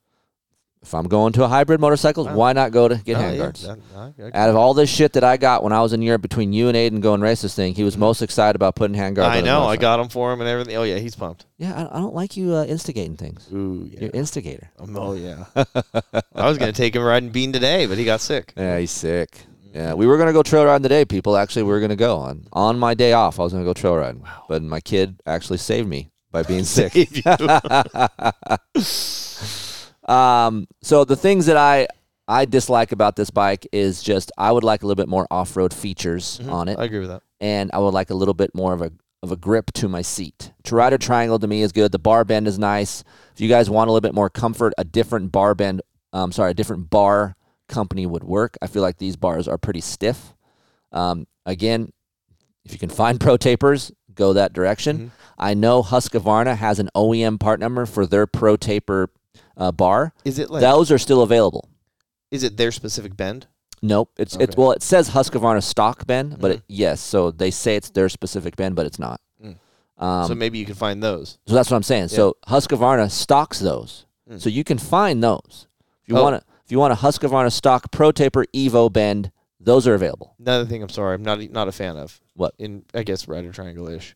S1: If I'm going to a hybrid motorcycle,
S2: Wow.
S1: why not go to get
S2: Oh, yeah,
S1: handguards?
S2: that- I- I-
S1: Out of all this shit that I got when I was in Europe between you and Aiden going race this thing, he was most excited about putting handguards.
S2: Mm-hmm. I
S1: on his
S2: know. I
S1: motorcycle.
S2: got him for him and everything. Oh yeah, he's pumped.
S1: Yeah, I, I don't like you uh, instigating things.
S2: Ooh yeah.
S1: You're instigator.
S2: Um, Oh yeah. I was gonna take him riding bean today, but he got sick.
S1: Yeah, he's sick.
S2: Mm-hmm.
S1: Yeah, we were gonna go trail riding today, people. Actually, we were gonna go on on my day off. I was gonna go trail riding, but my kid actually saved me by being sick.
S2: If you-
S1: Um, so the things that I I dislike about this bike is just I would like a little bit more off road features on it
S2: I agree with that.
S1: and I would like a little bit more of a of a grip to my seat. To ride a triangle to me is good. The bar bend is nice. If you guys want a little bit more comfort, a different bar bend, um, sorry, a different bar company would work. I feel like these bars are pretty stiff. Um, again, if you can find pro tapers, go that direction. I know Husqvarna has an OEM part number for their pro taper uh, bar.
S2: Is it like
S1: Those are still available.
S2: is it their specific bend?
S1: Nope. It's it's well, it says Husqvarna stock bend, but
S2: Mm-hmm.
S1: it, yes, so they say it's their specific bend, but it's not. Um,
S2: so
S1: so,
S2: maybe you can find those.
S1: that's what I'm saying. So Husqvarna stocks those, so you can find those if you
S2: Mm. Oh.
S1: want. If you want a Husqvarna stock Pro Taper Evo bend, those are available.
S2: Another thing I'm sorry, I'm not e, not a fan of.
S1: What?
S2: In I guess rider triangle ish.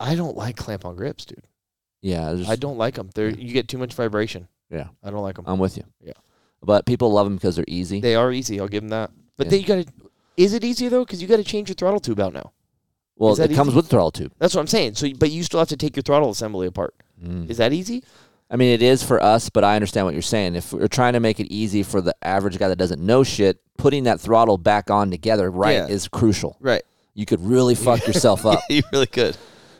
S2: I don't like clamp on grips, dude.
S1: Yeah, there's-
S2: I don't like them. They're, you get too much vibration.
S1: Yeah,
S2: I don't like them.
S1: I'm with you.
S2: Yeah.
S1: but people love them because they're easy.
S2: They are easy. I'll give them that. But
S1: Yeah.
S2: then you got to. Is it easy though? Because you got to change your throttle tube out now.
S1: well,
S2: is that
S1: it comes
S2: easy?
S1: with throttle tube.
S2: That's what I'm saying. So, but you still have to take your throttle assembly apart.
S1: Mm.
S2: Is that easy?
S1: I mean, it is for us, but I understand what you're saying. If we're trying to make it easy for the average guy that doesn't know shit, putting that throttle back on together right
S2: Yeah.
S1: is crucial.
S2: Right.
S1: You could really fuck yourself up
S2: you really could.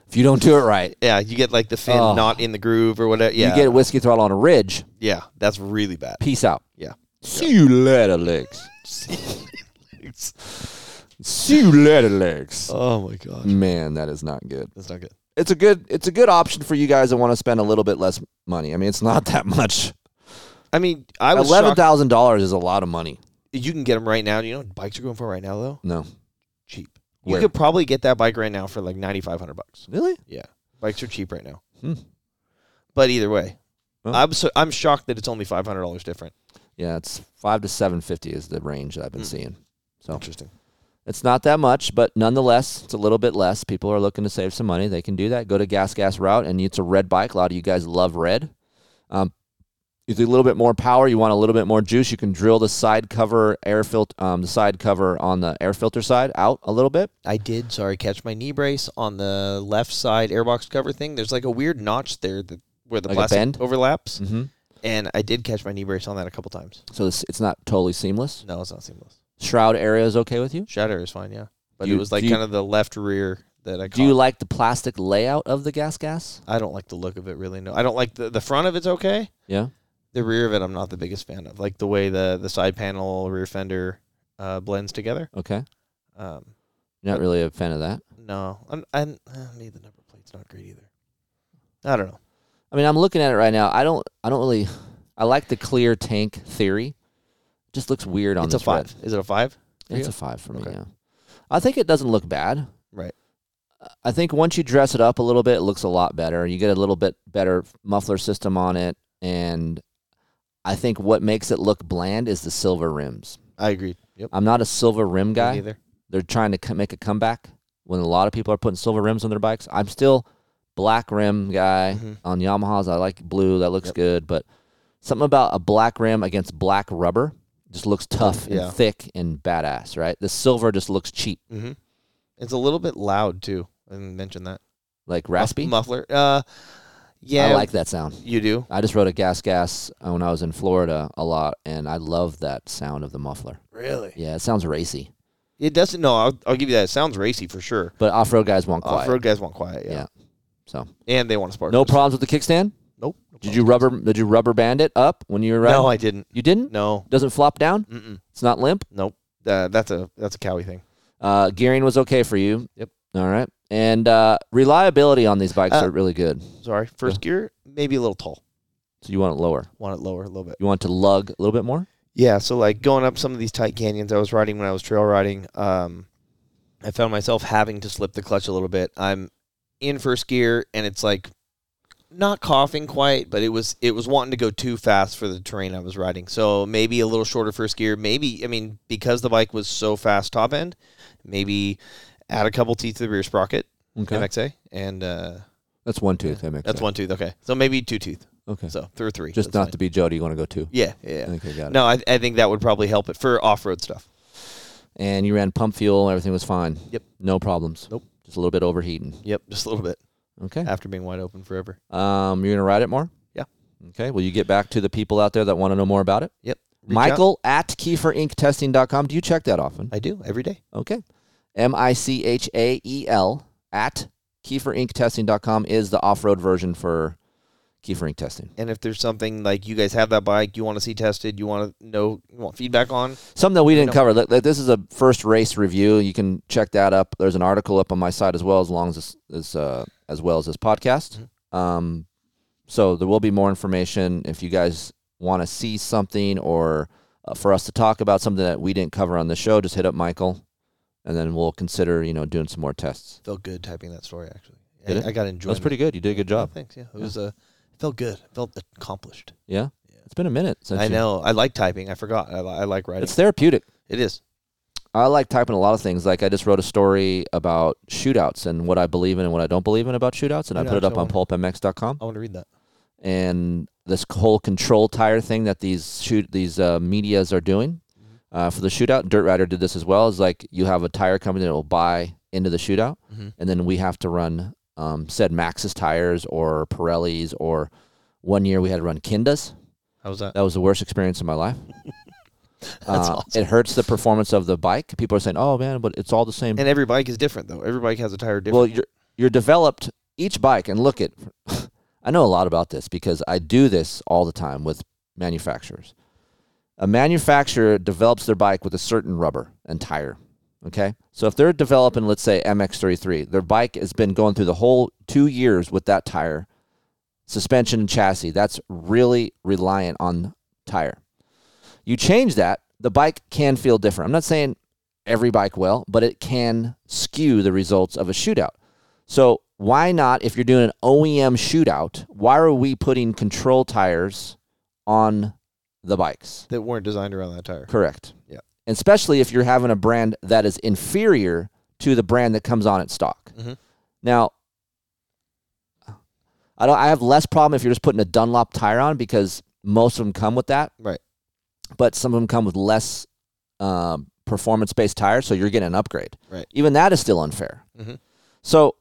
S1: if you don't do it right.
S2: Yeah, you get like the fin
S1: Oh.
S2: not in the groove or whatever. Yeah,
S1: You get a whiskey throttle on a ridge.
S2: yeah, that's really bad.
S1: Peace out.
S2: Yeah.
S1: See you later, legs. See you later, legs.
S2: Oh my gosh,
S1: Man, that is not good.
S2: that's not good.
S1: It's a good. It's a good option for you guys that want to spend a little bit less money. I mean, it's not that much.
S2: I mean, I was
S1: Eleven
S2: shocked-
S1: thousand dollars is a lot of money.
S2: You can get them right now. Do you know what bikes are going for right now though?
S1: No,
S2: Cheap.
S1: Where?
S2: You could probably get that bike right now for like ninety five hundred bucks.
S1: really?
S2: Yeah, bikes are cheap right now.
S1: Hmm.
S2: But either way,
S1: Huh.
S2: I'm so, I'm shocked that it's only five hundred dollars different.
S1: Yeah, it's five to seven fifty is the range that I've been seeing. So
S2: Interesting.
S1: it's not that much, but nonetheless, it's a little bit less. People are looking to save some money. They can do that. Go to Gas Gas Route, and it's a red bike. A lot of you guys love red. Um, you need a little bit more power. You want a little bit more juice. You can drill the side cover air filter, um, the side cover on the air filter side out a little bit.
S2: I did, sorry, catch my knee brace on the left side airbox cover thing. There's like a weird notch there that where the
S1: Like a
S2: plastic
S1: bend?
S2: overlaps,
S1: Mm-hmm.
S2: and I did catch my knee brace on that a couple times.
S1: So it's, it's not totally seamless.
S2: No, it's not seamless.
S1: Shroud area is okay with you.
S2: Shatter is fine, yeah, but
S1: Do
S2: it
S1: you-
S2: was like
S1: do you-
S2: kind of the left rear that I. Caught.
S1: Do you like the plastic layout of the Gas Gas?
S2: I don't like the look of it really. No, I don't like the the front of it's okay.
S1: Yeah.
S2: The rear of it, I'm not the biggest fan of. Like the way the the side panel, rear fender, uh, blends together.
S1: Okay.
S2: Um,
S1: You're not really a fan of that.
S2: no, I'm, I'm uh, maybe the number plate's not great either. I don't know.
S1: I mean, I'm looking at it right now. I don't. I don't really. I like the clear tank theory. Just looks weird on
S2: it's a
S1: this red.
S2: five. Is it a five? for
S1: It's
S2: you?
S1: a five for me.
S2: Okay.
S1: Yeah. I think it doesn't look bad.
S2: Right.
S1: I think once you dress it up a little bit, it looks a lot better. You get a little bit better muffler system on it, and I think what makes it look bland is the silver rims.
S2: I agree. Yep.
S1: I'm not a silver rim
S2: Me
S1: guy.
S2: neither.
S1: They're trying to co- make a comeback when a lot of people are putting silver rims on their bikes. I'm still black rim guy
S2: Mhm.
S1: on Yamahas. I like blue. That looks
S2: Yep.
S1: good, but something about a black rim against black rubber just looks tough
S2: Yeah.
S1: and thick and badass, right? The silver just looks cheap,
S2: Mm-hmm. It's a little bit loud too. I didn't mention that.
S1: like
S2: Muff-
S1: raspy.
S2: muffler. Uh, yeah.
S1: I like that sound.
S2: You do.
S1: I just rode a gas gas uh, when I was in Florida a lot, and I love that sound of the muffler.
S2: Really?
S1: Yeah, it sounds racy,
S2: It doesn't. No, I'll, I'll give you that. It sounds racy for sure.
S1: but off road guys want quiet.
S2: Off road guys want quiet. Yeah.
S1: Yeah. So
S2: And they want to spark.
S1: no problems with the kickstand.
S2: Nope.
S1: Did you rubber? Did you rubber band it up when you were riding?
S2: No, I didn't.
S1: You didn't?
S2: No.
S1: Doesn't flop down?
S2: Mm-mm.
S1: It's not limp?
S2: Nope. Uh, that's a that's a cowie thing.
S1: Uh, gearing was okay for you.
S2: Yep.
S1: All right. And uh, reliability on these bikes
S2: Uh,
S1: are really good.
S2: Sorry. First gear, maybe a little tall.
S1: So you want it lower.
S2: Want it lower a little bit.
S1: You want to lug a little bit more?
S2: Yeah, so like going up some of these tight canyons I was riding when I was trail riding, um, I found myself having to slip the clutch a little bit. I'm in first gear and it's like not coughing quite, but it was it was wanting to go too fast for the terrain I was riding. So maybe a little shorter first gear, maybe I mean because the bike was so fast top end, maybe add a couple teeth to the rear sprocket MXA and uh,
S1: That's one tooth. That makes
S2: that's
S1: sense.
S2: one tooth. Okay, so maybe two teeth.
S1: Okay.
S2: So three or three.
S1: Just
S2: that's
S1: not
S2: fine.
S1: to be Jody. You want to go two?
S2: Yeah, yeah. yeah.
S1: Okay, got it.
S2: No, I, I think that would probably help it for off road stuff.
S1: And you ran pump fuel. Everything was fine.
S2: Yep.
S1: No problems.
S2: Nope.
S1: Just a little bit overheating.
S2: Yep, just a little bit
S1: Okay.
S2: after being wide open forever.
S1: Um, you're gonna ride it more.
S2: Yeah.
S1: Okay. Will you get back to the people out there that want to know more about it?
S2: Yep. Reach out.
S1: Michael at keferinktesting.com. Do you check that often?
S2: I do every day.
S1: Okay. M I C H A E L at keferinktesting.com is the off road version for Kiefer Inc. testing.
S2: And if there's something like you guys have that bike you want to see tested, you want to know, you want feedback on,
S1: Something that we didn't
S2: know.
S1: cover. Th- th- This is a first race review. You can check that up. There's an article up on my site as well as long as this, as, uh, as well as this podcast. Um, so there will be more information if you guys want to see something or uh, for us to talk about something that we didn't cover on the show. Just hit up Michael, and then we'll consider you know doing some more tests.
S2: felt good typing that story actually.
S1: Did it?
S2: I, I got
S1: That was
S2: enjoyment.
S1: pretty good. You did a good
S2: Oh,
S1: job.
S2: thanks. Yeah, it was uh, felt good. Felt accomplished.
S1: Yeah, it's been a minute since
S2: I
S1: you-
S2: know. I like typing. I forgot. I, li- I like writing.
S1: It's therapeutic.
S2: it is.
S1: I like typing a lot of things. Like I just wrote a story about shootouts and what I believe in and what I don't believe in about shootouts, and I put it
S2: Shootouts,
S1: up
S2: I
S1: on pulpmx.com.
S2: I want to read that.
S1: and this whole control tire thing that these shoot these uh, medias are doing uh, for the shootout. Dirt Rider did this as well. Is like you have a tire company that will buy into the shootout, and then we have to run um, said Max's tires or Pirellis or one year we had to run Kindas.
S2: How was that?
S1: That was the worst experience of my life.
S2: That's
S1: Uh,
S2: awesome.
S1: It hurts the performance of the bike. People are saying, "Oh man, but it's all the same."
S2: and every bike is different though. Every bike has a tire different.
S1: Well, you're you're developed each bike, and look at. I know a lot about this because I do this all the time with manufacturers. A manufacturer develops their bike with a certain rubber and tire. Okay, so if they're developing, let's say MX33, their bike has been going through the whole two years with that tire, suspension and chassis. That's really reliant on tire. You change that, the bike can feel different. I'm not saying every bike will, but it can skew the results of a shootout. So why not, if you're doing an OEM shootout, why are we putting control tires on the bikes?
S2: that weren't designed around that tire.
S1: Correct.
S2: Yeah.
S1: And especially if you're having a brand that is inferior to the brand that comes on at stock.
S2: Mhm.
S1: Now, I don't. I have less problem if you're just putting a Dunlop tire on because most of them come with that
S2: Right.
S1: but some of them come with less um, performance based tires, so you're getting an upgrade.
S2: Right.
S1: Even that is still unfair.
S2: Mhm.
S1: So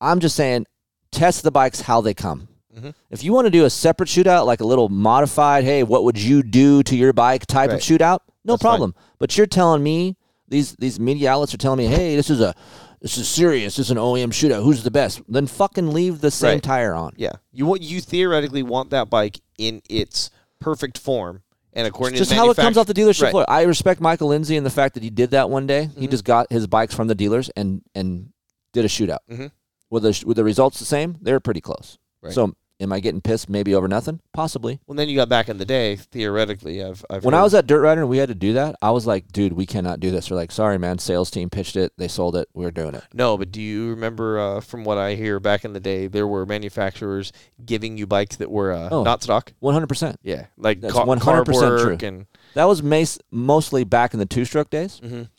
S1: I'm just saying, test the bikes how they come.
S2: Mhm.
S1: If you want to do a separate shootout, like a little modified, hey, what would you do to your bike type of
S2: Right.
S1: shootout? No
S2: That's fine.
S1: problem. But you're telling me these these media outlets are telling me, hey, this is a this is serious. This is an OEM shootout. Who's the best? Then fucking leave the same
S2: Right.
S1: tire on.
S2: Yeah. You want you theoretically want that bike in its perfect form and according
S1: just
S2: to the
S1: how it comes
S2: manufacturer-
S1: off the dealership
S2: Right.
S1: floor. I respect Michael Lindsay and the fact that he did that one day. He
S2: Mhm.
S1: just got his bikes from the dealers and and did a shootout.
S2: Mhm.
S1: Were the were the results the same? They were pretty close.
S2: Right.
S1: So am I getting pissed maybe over nothing? Possibly.
S2: Well, then you got back in the day. Theoretically, I've, I've
S1: When
S2: heard-
S1: I was at Dirt Rider and we had to do that, I was like, dude, we cannot do this. They're like, sorry, man, sales team pitched it, they sold it, we're doing it.
S2: No, but do you remember uh, from what I hear back in the day, there were manufacturers giving you bikes that were uh,
S1: Oh.
S2: not stock?
S1: One hundred percent.
S2: Yeah, like
S1: That's
S2: ca-
S1: 100%
S2: carb
S1: true.
S2: work and
S1: That was mas- mostly back in the two stroke days.
S2: Mhm.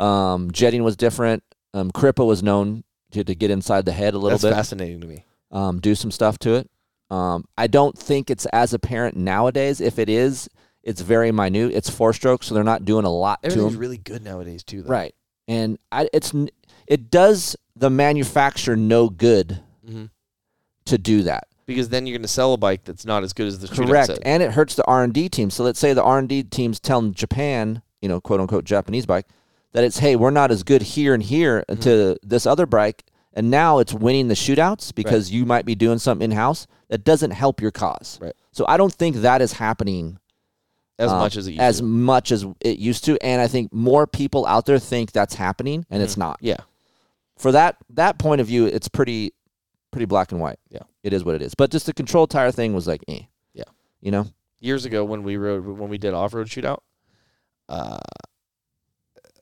S1: Um, jetting was different. Um, Crippa was known to, to get inside the head a little
S2: that's
S1: bit.
S2: fascinating to me.
S1: um, do some stuff to it. Um, I don't think it's as apparent nowadays. If it is, it's very minute. It's four strokes, so they're not doing a lot to
S2: Everything's
S1: them.
S2: really good nowadays too. Though.
S1: right, and I, it's n- it does the manufacturer no good
S2: Mhm.
S1: to do that.
S2: because then you're going to sell a bike that's not as good as the shootout
S1: Correct,
S2: set.
S1: and it hurts the R and D team. So let's say the R and D team's telling Japan, you know, quote unquote Japanese bike, that it's hey, we're not as good here and here
S2: Mm-hmm.
S1: to this other bike, and now it's winning the shootouts because you might be doing something in house that doesn't help your cause.
S2: Right.
S1: So I don't think that is happening
S2: as
S1: um,
S2: much as it used
S1: as
S2: to.
S1: much as it used to, and I think more people out there think that's happening, and it's not.
S2: Yeah,
S1: For that that point of view, it's pretty pretty black and white.
S2: Yeah.
S1: it is what it is. But just the control tire thing was like, eh.
S2: Yeah.
S1: you know.
S2: years ago when we rode when we did off road shootout, uh,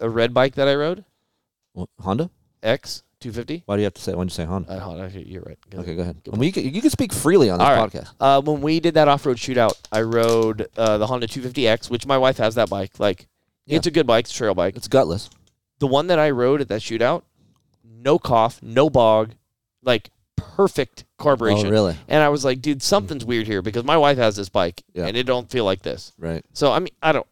S2: a red bike that I rode
S1: Wh- Honda?
S2: X two fifty.
S1: Why do you have to say? Why do you say Honda?
S2: Uh, hold on, okay, you're right. Good.
S1: okay, go ahead. Well, you, can, you can speak freely on this
S2: All right.
S1: podcast.
S2: Uh, when we did that off road shootout, I rode uh, the Honda 250X, which my wife has that bike. Like,
S1: Yeah.
S2: it's a good bike, it's a trail bike.
S1: It's gutless.
S2: the one that I rode at that shootout, no cough, no bog, like perfect carburation.
S1: Oh, really?
S2: And I was like, dude, something's weird here because my wife has this bike
S1: Yeah.
S2: and it don't feel like this.
S1: Right.
S2: So I mean, I don't,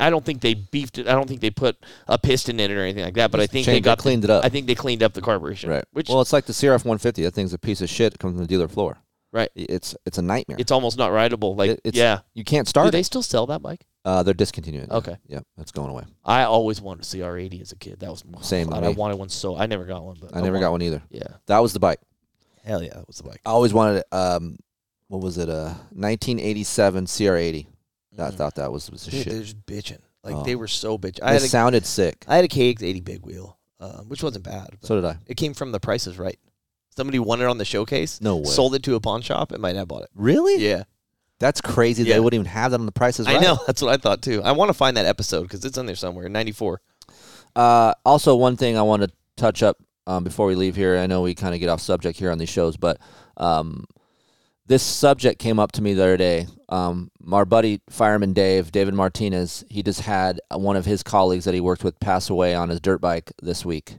S2: I don't think they beefed it. I don't think they put a piston in it or anything like that. But I think they
S1: changed it,
S2: got the-
S1: cleaned it up.
S2: I think they cleaned up the carburation.
S1: Right.
S2: Which
S1: well, it's like the CRF 150. That thing's a piece of shit. It comes from the dealer floor.
S2: Right.
S1: It's it's a nightmare.
S2: It's almost not rideable. Like
S1: It- it's,
S2: yeah.
S1: you can't
S2: Do
S1: start.
S2: they
S1: They,
S2: still sell that bike?
S1: uh, they're discontinuing. it.
S2: Okay.
S1: Yep, it's going away.
S2: I always wanted a CR80 as a kid. That was my
S1: Same with
S2: thought. I
S1: me.
S2: wanted one so I never got one, but
S1: I never got one either.
S2: Yeah.
S1: That was the bike.
S2: Hell yeah, that was the bike.
S1: I always wanted um, what was it? Uh, 1987 CR80. I thought that was, was the
S2: Mm. Dude,
S1: shit.
S2: they're just bitching. Like
S1: Oh.
S2: they were so bitching.
S1: It
S2: I had, a,
S1: sounded sick.
S2: I had a KX80 big wheel, uh, which wasn't bad. But
S1: so did I.
S2: it came from the prices right. Somebody won it on the showcase.
S1: No way.
S2: Sold it to a pawn shop, and my dad bought it.
S1: Really?
S2: Yeah,
S1: That's crazy.
S2: Yeah.
S1: They wouldn't even have that on the prices. Right?
S2: I know. That's what I thought too. I want to find that episode because it's in there somewhere. '94.
S1: Uh, also, one thing I want to touch up um, before we leave here. I know we kind of get off subject here on these shows, but um, this subject came up to me the other day. Um, our buddy fireman Dave, David Martinez, he just had uh, one of his colleagues that he worked with pass away on his dirt bike this week,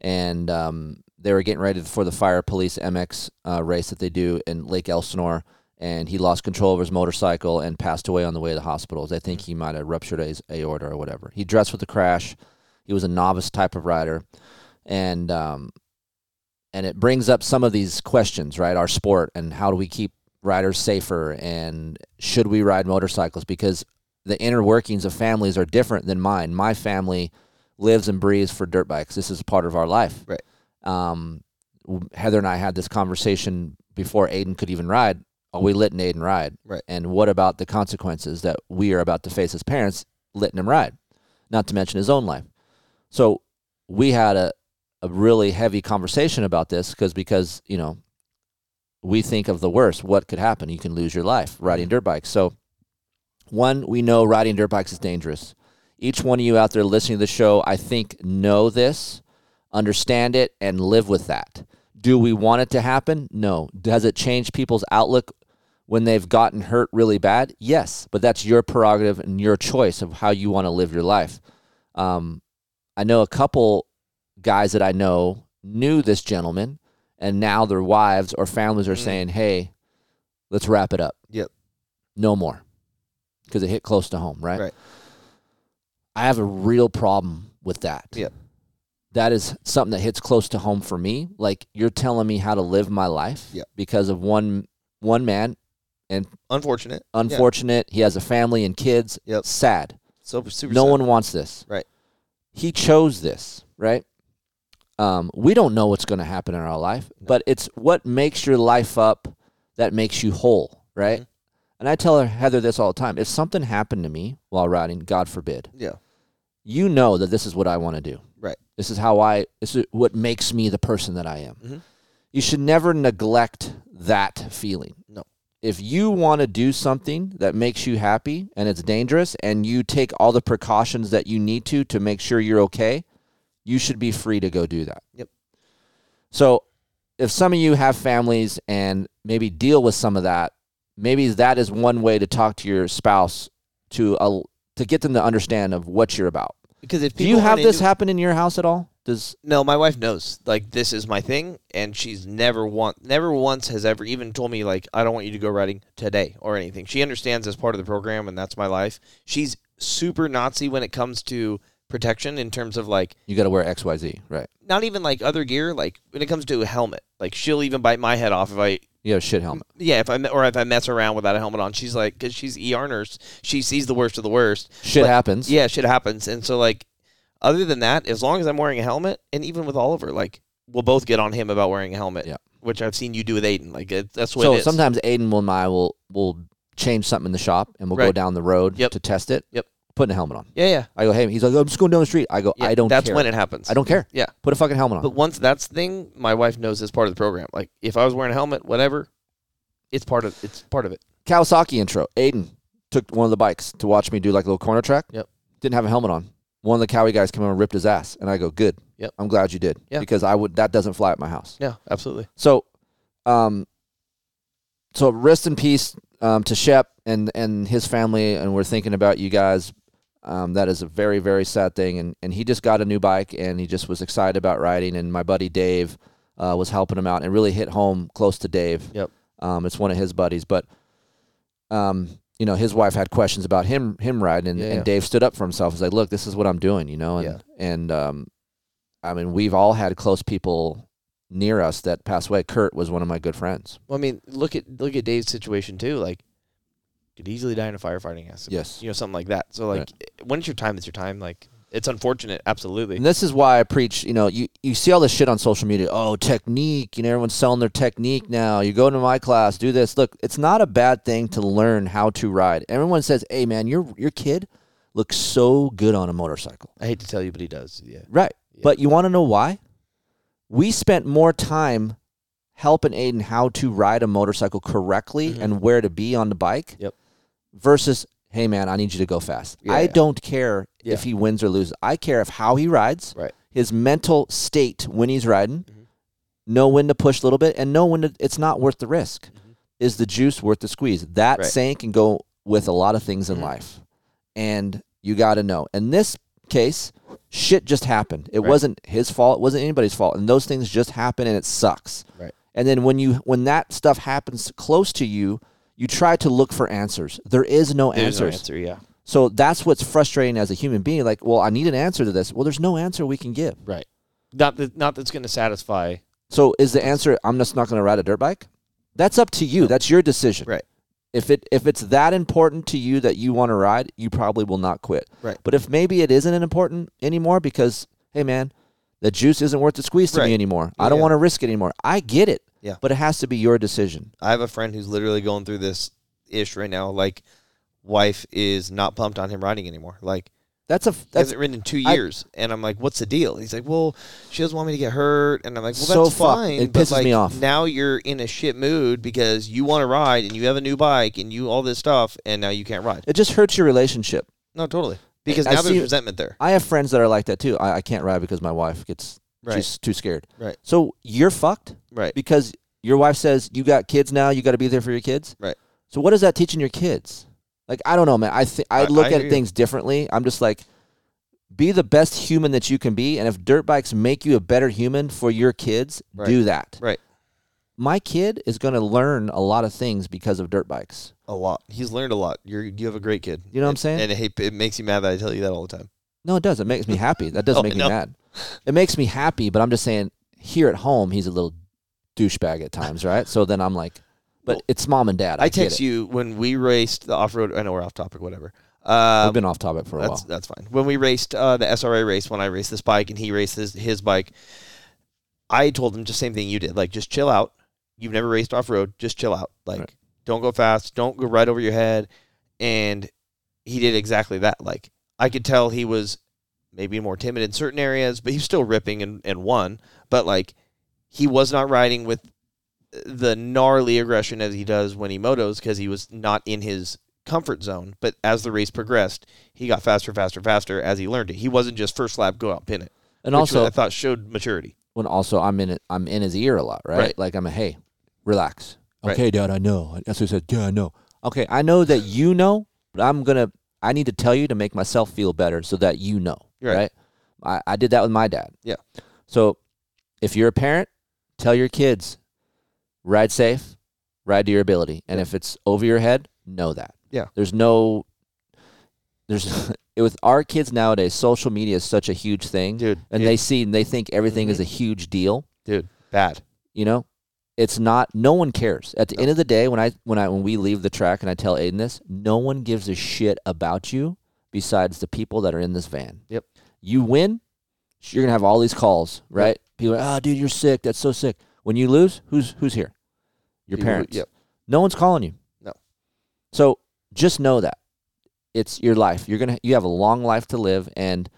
S1: and um, they were getting ready for the fire police MX uh, race that they do in Lake Elsinore. And he lost control of his motorcycle and passed away on the way to the hospitals. They think he might have ruptured his aorta or whatever. He dressed with the crash. He was a novice type of rider, and um, and it brings up some of these questions, right? Our sport and how do we keep riders safer, and should we ride motorcycles? Because the inner workings of families are different than mine. My family lives and breathes for dirt bikes. This is part of our life.
S2: Right.
S1: Um, w- Heather and I had this conversation before Aiden could even ride. Are we letting Aiden ride?
S2: Right.
S1: And what about the consequences that we are about to face as parents letting him ride? Not to mention his own life. So we had a, a really heavy conversation about this because because you know we think of the worst. What could happen? You can lose your life riding dirt bikes. So one, we know riding dirt bikes is dangerous. Each one of you out there listening to the show, I think, know this, understand it, and live with that. Do we want it to happen? No. Does it change people's outlook when they've gotten hurt really bad? Yes. But that's your prerogative and your choice of how you want to live your life. Um, I know a couple guys that I know knew this gentleman, and now their wives or families are saying, hey, let's wrap it up.
S2: Mm. Yep.
S1: No more. Because it hit close to home, right?
S2: Right.
S1: I have a real problem with that.
S2: Yep.
S1: That is something that hits close to home for me. Like you're telling me how to live my life
S2: Yep.
S1: because of one one man,
S2: Unfortunate. Yeah.
S1: unfortunate. He has a family and kids.
S2: Yep.
S1: Sad.
S2: So super.
S1: no
S2: sad.
S1: one wants this.
S2: Right.
S1: He chose this, right? Um, we don't know what's going to happen in our life, but it's what makes your life up that makes you whole, right?
S2: Mm-hmm.
S1: And I tell Heather this all the time. If something happened to me while riding, God forbid,
S2: Yeah.
S1: you know that this is what I want to do.
S2: Right.
S1: This is how I. This is what makes me the person that I am.
S2: Mm-hmm.
S1: You should never neglect that feeling.
S2: No.
S1: If you want to do something that makes you happy and it's dangerous, and you take all the precautions that you need to to make sure you're okay, you should be free to go do that.
S2: Yep.
S1: So, if some of you have families and maybe deal with some of that, maybe that is one way to talk to your spouse to uh, to get them to understand of what you're about.
S2: Because if
S1: Do
S2: people
S1: you have
S2: aren't
S1: this
S2: into-
S1: happen in your house at all? Does
S2: No, my wife knows. Like this is my thing, and she's never want never once has ever even told me like I don't want you to go riding today or anything. She understands as part of the program, and that's my life. She's super Nazi when it comes to protection in terms of like
S1: you got to wear X Y Z? Right.
S2: not even like other gear. Like when it comes to a helmet, like she'll even bite my head off if I
S1: You have a shit helmet.
S2: yeah if I me- or if I mess around without a helmet on. She's like because she's ER nurse, she sees the worst of the worst.
S1: Shit
S2: But-
S1: happens.
S2: Yeah, shit happens. And so like other than that, as long as I'm wearing a helmet, and even with Oliver, like we'll both get on him about wearing a helmet.
S1: Yeah.
S2: Which I've seen you do with Aiden. Like it, that's what
S1: So
S2: it is.
S1: sometimes Aiden will and I will will change something in the shop and we'll go
S2: Right.
S1: down the road
S2: Yep.
S1: to test it.
S2: Yep.
S1: Putting a helmet on.
S2: yeah, yeah,
S1: I go, hey, he's like, I'm just going down the street. I go,
S2: yeah.
S1: I don't
S2: That's
S1: care.
S2: when it happens.
S1: I don't care.
S2: Yeah.
S1: Put a fucking helmet on.
S2: But once that's the thing, my wife knows it's part of the program. Like if I was wearing a helmet, whatever, it's part of it's part of it.
S1: Kawasaki intro. Aiden took one of the bikes to watch me do like a little corner track.
S2: Yep.
S1: Didn't have a helmet on. One of the Cowie guys came over and ripped his ass, and I go, "Good.
S2: Yep.
S1: I'm glad you did.
S2: Yeah.
S1: Because I would that doesn't fly at my house.
S2: Yeah, absolutely.
S1: So, um, so rest in peace um, to Shep and and his family, and we're thinking about you guys. Um, that is a very very sad thing, and and he just got a new bike, and he just was excited about riding, and my buddy Dave uh, was helping him out, and really hit home close to Dave.
S2: Yep.
S1: Um, it's one of his buddies, but um, you know, his wife had questions about him him riding, and,
S2: Yeah,
S1: and
S2: yeah.
S1: Dave stood up for himself. He's like, "Look, this is what I'm doing," you know, and
S2: Yeah.
S1: and um, I mean, we've all had close people near us that passed away. Kurt was one of my good friends.
S2: Well, I mean, look at look at Dave's situation too. Like, could easily die in a firefighting accident.
S1: Yes.
S2: you know something like that. So like, when it's your time, it's your time. Like, it's unfortunate. Absolutely.
S1: And this is why I preach, you know, you, you see all this shit on social media. Oh, technique, you know, everyone's selling their technique now. You go to my class, do this. Look, it's not a bad thing to learn how to ride. Everyone says, Hey man, your your kid looks so good on a motorcycle.
S2: I hate to tell you, but he does. Yeah.
S1: Right. But you wanna know why? We spent more time helping Aiden how to ride a motorcycle correctly and where to be on the bike
S2: Mm-hmm. Yep.
S1: versus hey man i need you to go fast
S2: Yeah,
S1: i
S2: yeah.
S1: don't care
S2: Yeah.
S1: if he wins or loses i care of how he rides
S2: Right. Mm-hmm.
S1: his mental state when he's riding know when to push a little bit and know when to, it's not worth the risk is the juice worth the squeeze that
S2: Right. Mm.
S1: saying can go with a lot of things in life and you got to know in this case shit just happened it
S2: Right.
S1: wasn't his fault it wasn't anybody's fault and those things just happen and it sucks
S2: Right.
S1: and then when you when that stuff happens close to you, you try to look for answers. There is no
S2: There's
S1: answers.
S2: no answer. Yeah.
S1: So that's what's frustrating as a human being. Like, well, I need an answer to this. Well, there's no answer we can give.
S2: Right. Not that. Not that's going to satisfy.
S1: So is the answer I'm just not going to ride a dirt bike? That's up to you. That's your decision.
S2: Right.
S1: If it if it's that important to you that you want to ride, you probably will not quit.
S2: Right.
S1: But if maybe it isn't important anymore because hey man, the juice isn't worth the squeeze to
S2: Right.
S1: me anymore. I don't
S2: Yeah.
S1: want to risk it anymore. I get it.
S2: Yeah.
S1: But it has to be your decision.
S2: I have a friend who's literally going through this ish right now. Like, wife is not pumped on him riding anymore. Like,
S1: That's a
S2: he
S1: that's
S2: hasn't ridden in two
S1: I-
S2: years, and I'm like, "What's the deal?" He's like, "Well, she doesn't want me to get hurt," and I'm like, "Well,
S1: So
S2: that's
S1: fucked.
S2: fine."
S1: It
S2: but,
S1: pisses
S2: like,
S1: me off.
S2: Now you're in a shit mood because you want to ride and you have a new bike and you all this stuff, and now you can't ride.
S1: It just hurts your relationship.
S2: No, totally. Because
S1: I
S2: now
S1: see-
S2: there's resentment there.
S1: I have friends that are like that too. I, I can't ride because my wife gets
S2: Right.
S1: she's too scared.
S2: Right.
S1: So you're fucked
S2: Right.
S1: because your wife says you got kids now. You got to be there for your kids.
S2: Right.
S1: So what is that teaching your kids? Like I don't know, man. I th- I
S2: I-
S1: look
S2: I
S1: at
S2: hear you.
S1: things differently. I'm just like, be the best human that you can be, and if dirt bikes make you a better human for your kids,
S2: Right.
S1: do that.
S2: Right.
S1: My kid is going to learn a lot of things because of dirt bikes.
S2: A lot. He's learned a lot. You're you have a great kid.
S1: You know what I'm
S2: And-
S1: saying?
S2: And it, it makes you mad that I tell you that all the time.
S1: No, it does. It makes me happy. That doesn't
S2: Oh,
S1: make me
S2: no.
S1: mad. It makes me happy, but I'm just saying here at home he's a little douchebag at times, right? So then I'm like, but
S2: Well,
S1: it's mom and dad. I,
S2: I text
S1: get it.
S2: you when we raced the off road. I know we're off topic, whatever. Um,
S1: We've been off topic for a
S2: that's
S1: while.
S2: that's fine. When we raced uh, the SRA race, when I raced this bike and he raced his, his bike, I told him just same thing you did. Like, just chill out. You've never raced off road. Just chill out. Like,
S1: Right.
S2: don't go fast. Don't go right over your head. And he did exactly that. Like, I could tell he was maybe more timid in certain areas, but he's still ripping and, and won. But like, he was not riding with the gnarly aggression as he does when he motos because he was not in his comfort zone. But as the race progressed, he got faster, faster, faster as he learned it. He wasn't just first lap, go out, pin it.
S1: And
S2: which
S1: also,
S2: I thought showed maturity.
S1: when also I'm in it, I'm in his ear a lot, right?
S2: Right.
S1: Like I'm a hey, relax.
S2: Right.
S1: Okay, dad, I know. That's what he said. Yeah, I know. Okay, I know that you know, but I'm gonna. I need to tell you to make myself feel better so that you know,
S2: Right.
S1: right? I, I did that with my dad.
S2: Yeah.
S1: So, if you're a parent, tell your kids, ride safe, ride to your ability, and if it's over your head, know that.
S2: Yeah.
S1: There's no. There's with our kids nowadays, social media is such a huge thing,
S2: Dude,
S1: and
S2: it-
S1: they see and they think everything is a huge deal
S2: Dude, bad.
S1: you know it's not no one cares at the end of the day when i when i when we leave the track and i tell aiden this no one gives a shit about you besides the people that are in this van
S2: Yep.
S1: you win you're gonna have all these calls right people are, oh dude you're sick that's so sick when you lose who's who's here your
S2: People-
S1: parents
S2: yep.
S1: no one's calling you
S2: No.
S1: so just know that it's your life you're gonna you have a long life to live and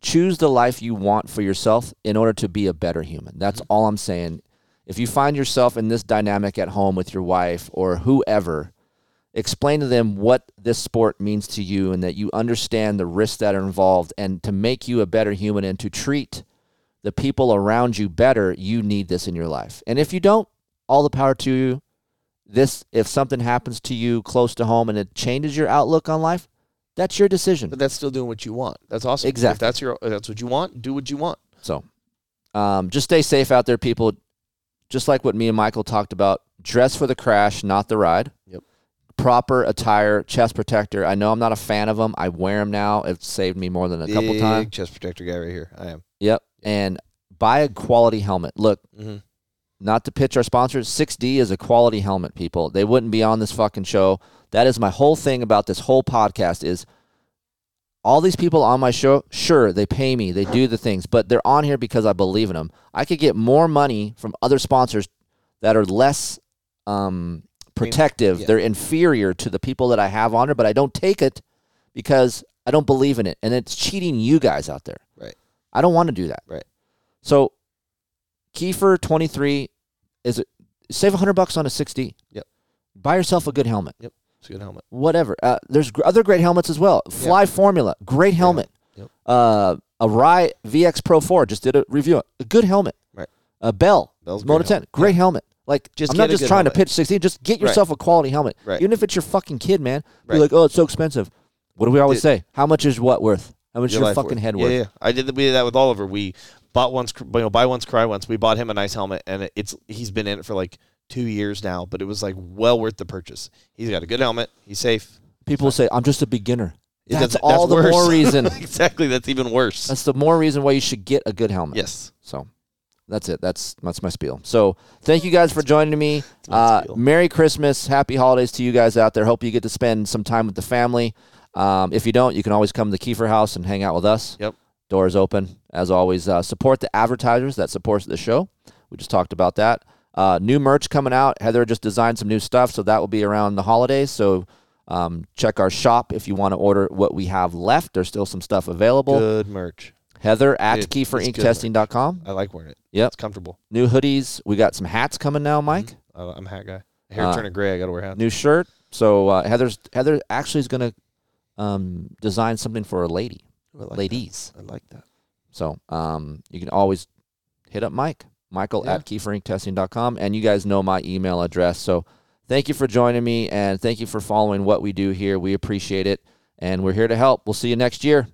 S1: choose the life you want for yourself in order to be a better human that's all i'm saying if you find yourself in this dynamic at home with your wife or whoever, explain to them what this sport means to you and that you understand the risks that are involved. And to make you a better human and to treat the people around you better, you need this in your life. And if you don't, all the power to you. This, if something happens to you close to home and it changes your outlook on life, that's your decision.
S2: But that's still doing what you want. That's awesome.
S1: Exactly.
S2: If that's your if that's what you want, do what you want.
S1: So, um, just stay safe out there, people. Just like what me and Michael talked about, dress for the crash, not the ride.
S2: Yep.
S1: Proper attire, chest protector. I know I'm not a fan of them. I wear them now. It saved me more than a couple
S2: Big
S1: times.
S2: chest protector guy right here. I am.
S1: Yep. And buy a quality helmet. Look, not to pitch our sponsors, 6D is a quality helmet, people. They wouldn't be on this fucking show. That is my whole thing about this whole podcast is all these people on my show, sure, they pay me, they do the things, but they're on here because I believe in them. I could get more money from other sponsors that are less um, protective. They're inferior to the people that I have on here, but I don't take it because I don't believe in it. And it's cheating you guys out there.
S2: Right.
S1: I don't want to do that.
S2: Right.
S1: So Kiefer 23 is it, save 100 bucks on a 6D.
S2: Yep.
S1: Buy yourself a good helmet.
S2: Yep. It's a good helmet.
S1: Whatever. Uh, there's gr- other great helmets as well. Fly Formula, great helmet.
S2: Yep.
S1: Uh, a Rye VX Pro 4 just did a review. A good helmet.
S2: Right.
S1: A Bell.
S2: Bell's
S1: Moto
S2: great
S1: 10.
S2: helmet.
S1: Great helmet. Like
S2: Just
S1: I'm not
S2: get a
S1: just
S2: good
S1: trying
S2: helmet.
S1: to pitch 16. Just get
S2: Right.
S1: yourself a quality helmet.
S2: Right.
S1: Even if it's your fucking kid, man. Be
S2: Right.
S1: like, oh, it's so expensive. What do we always
S2: Dude.
S1: say? How much is what worth? How much is
S2: Your
S1: your
S2: life
S1: fucking
S2: worth.
S1: head
S2: Yeah,
S1: worth?
S2: Yeah, I did. We did that with Oliver. We bought once, cr- you know, buy once, cry once. We bought him a nice helmet, and it- it's he's been in it for like two years now, but it was like well worth the purchase. He's got a good helmet. He's safe.
S1: People say, I'm just a beginner.
S2: It
S1: That's,
S2: doesn't-
S1: all the
S2: worse.
S1: more reason.
S2: exactly. That's even worse.
S1: That's the more reason why you should get a good helmet.
S2: yes.
S1: So that's it. That's that's my spiel. So thank you guys for joining me.
S2: my
S1: Uh,
S2: spiel.
S1: Merry Christmas, Happy Holidays to you guys out there. Hope you get to spend some time with the family. Um, if you don't, you can always come to the Kiefer House and hang out with us.
S2: Yep.
S1: Doors open as always. Uh, support the advertisers that supports the show. We just talked about that. Uh, new merch coming out. Heather just designed some new stuff, so that will be around the holidays. So um, check our shop if you want to order what we have left. There's still some stuff available.
S2: Good merch.
S1: Heather at
S2: Dude, it's good
S1: keyforinketesting.com.
S2: I like wearing it.
S1: Yep.
S2: It's comfortable.
S1: New hoodies. We got some hats coming
S2: Mm-hmm.
S1: now, Mike.
S2: I, I'm a hat guy. Hair
S1: Uh,
S2: turning gray. I gotta wear hats.
S1: New shirt. So uh, Heather's Heather actually is gonna um, design something for a lady,
S2: I like that.
S1: ladies.
S2: I like that.
S1: So um, you can always hit up Mike, Michael
S2: Yeah.
S1: at keyforinketesting.com, and you guys know my email address. So thank you for joining me, and thank you for following what we do here. We appreciate it, and we're here to help. We'll see you next year.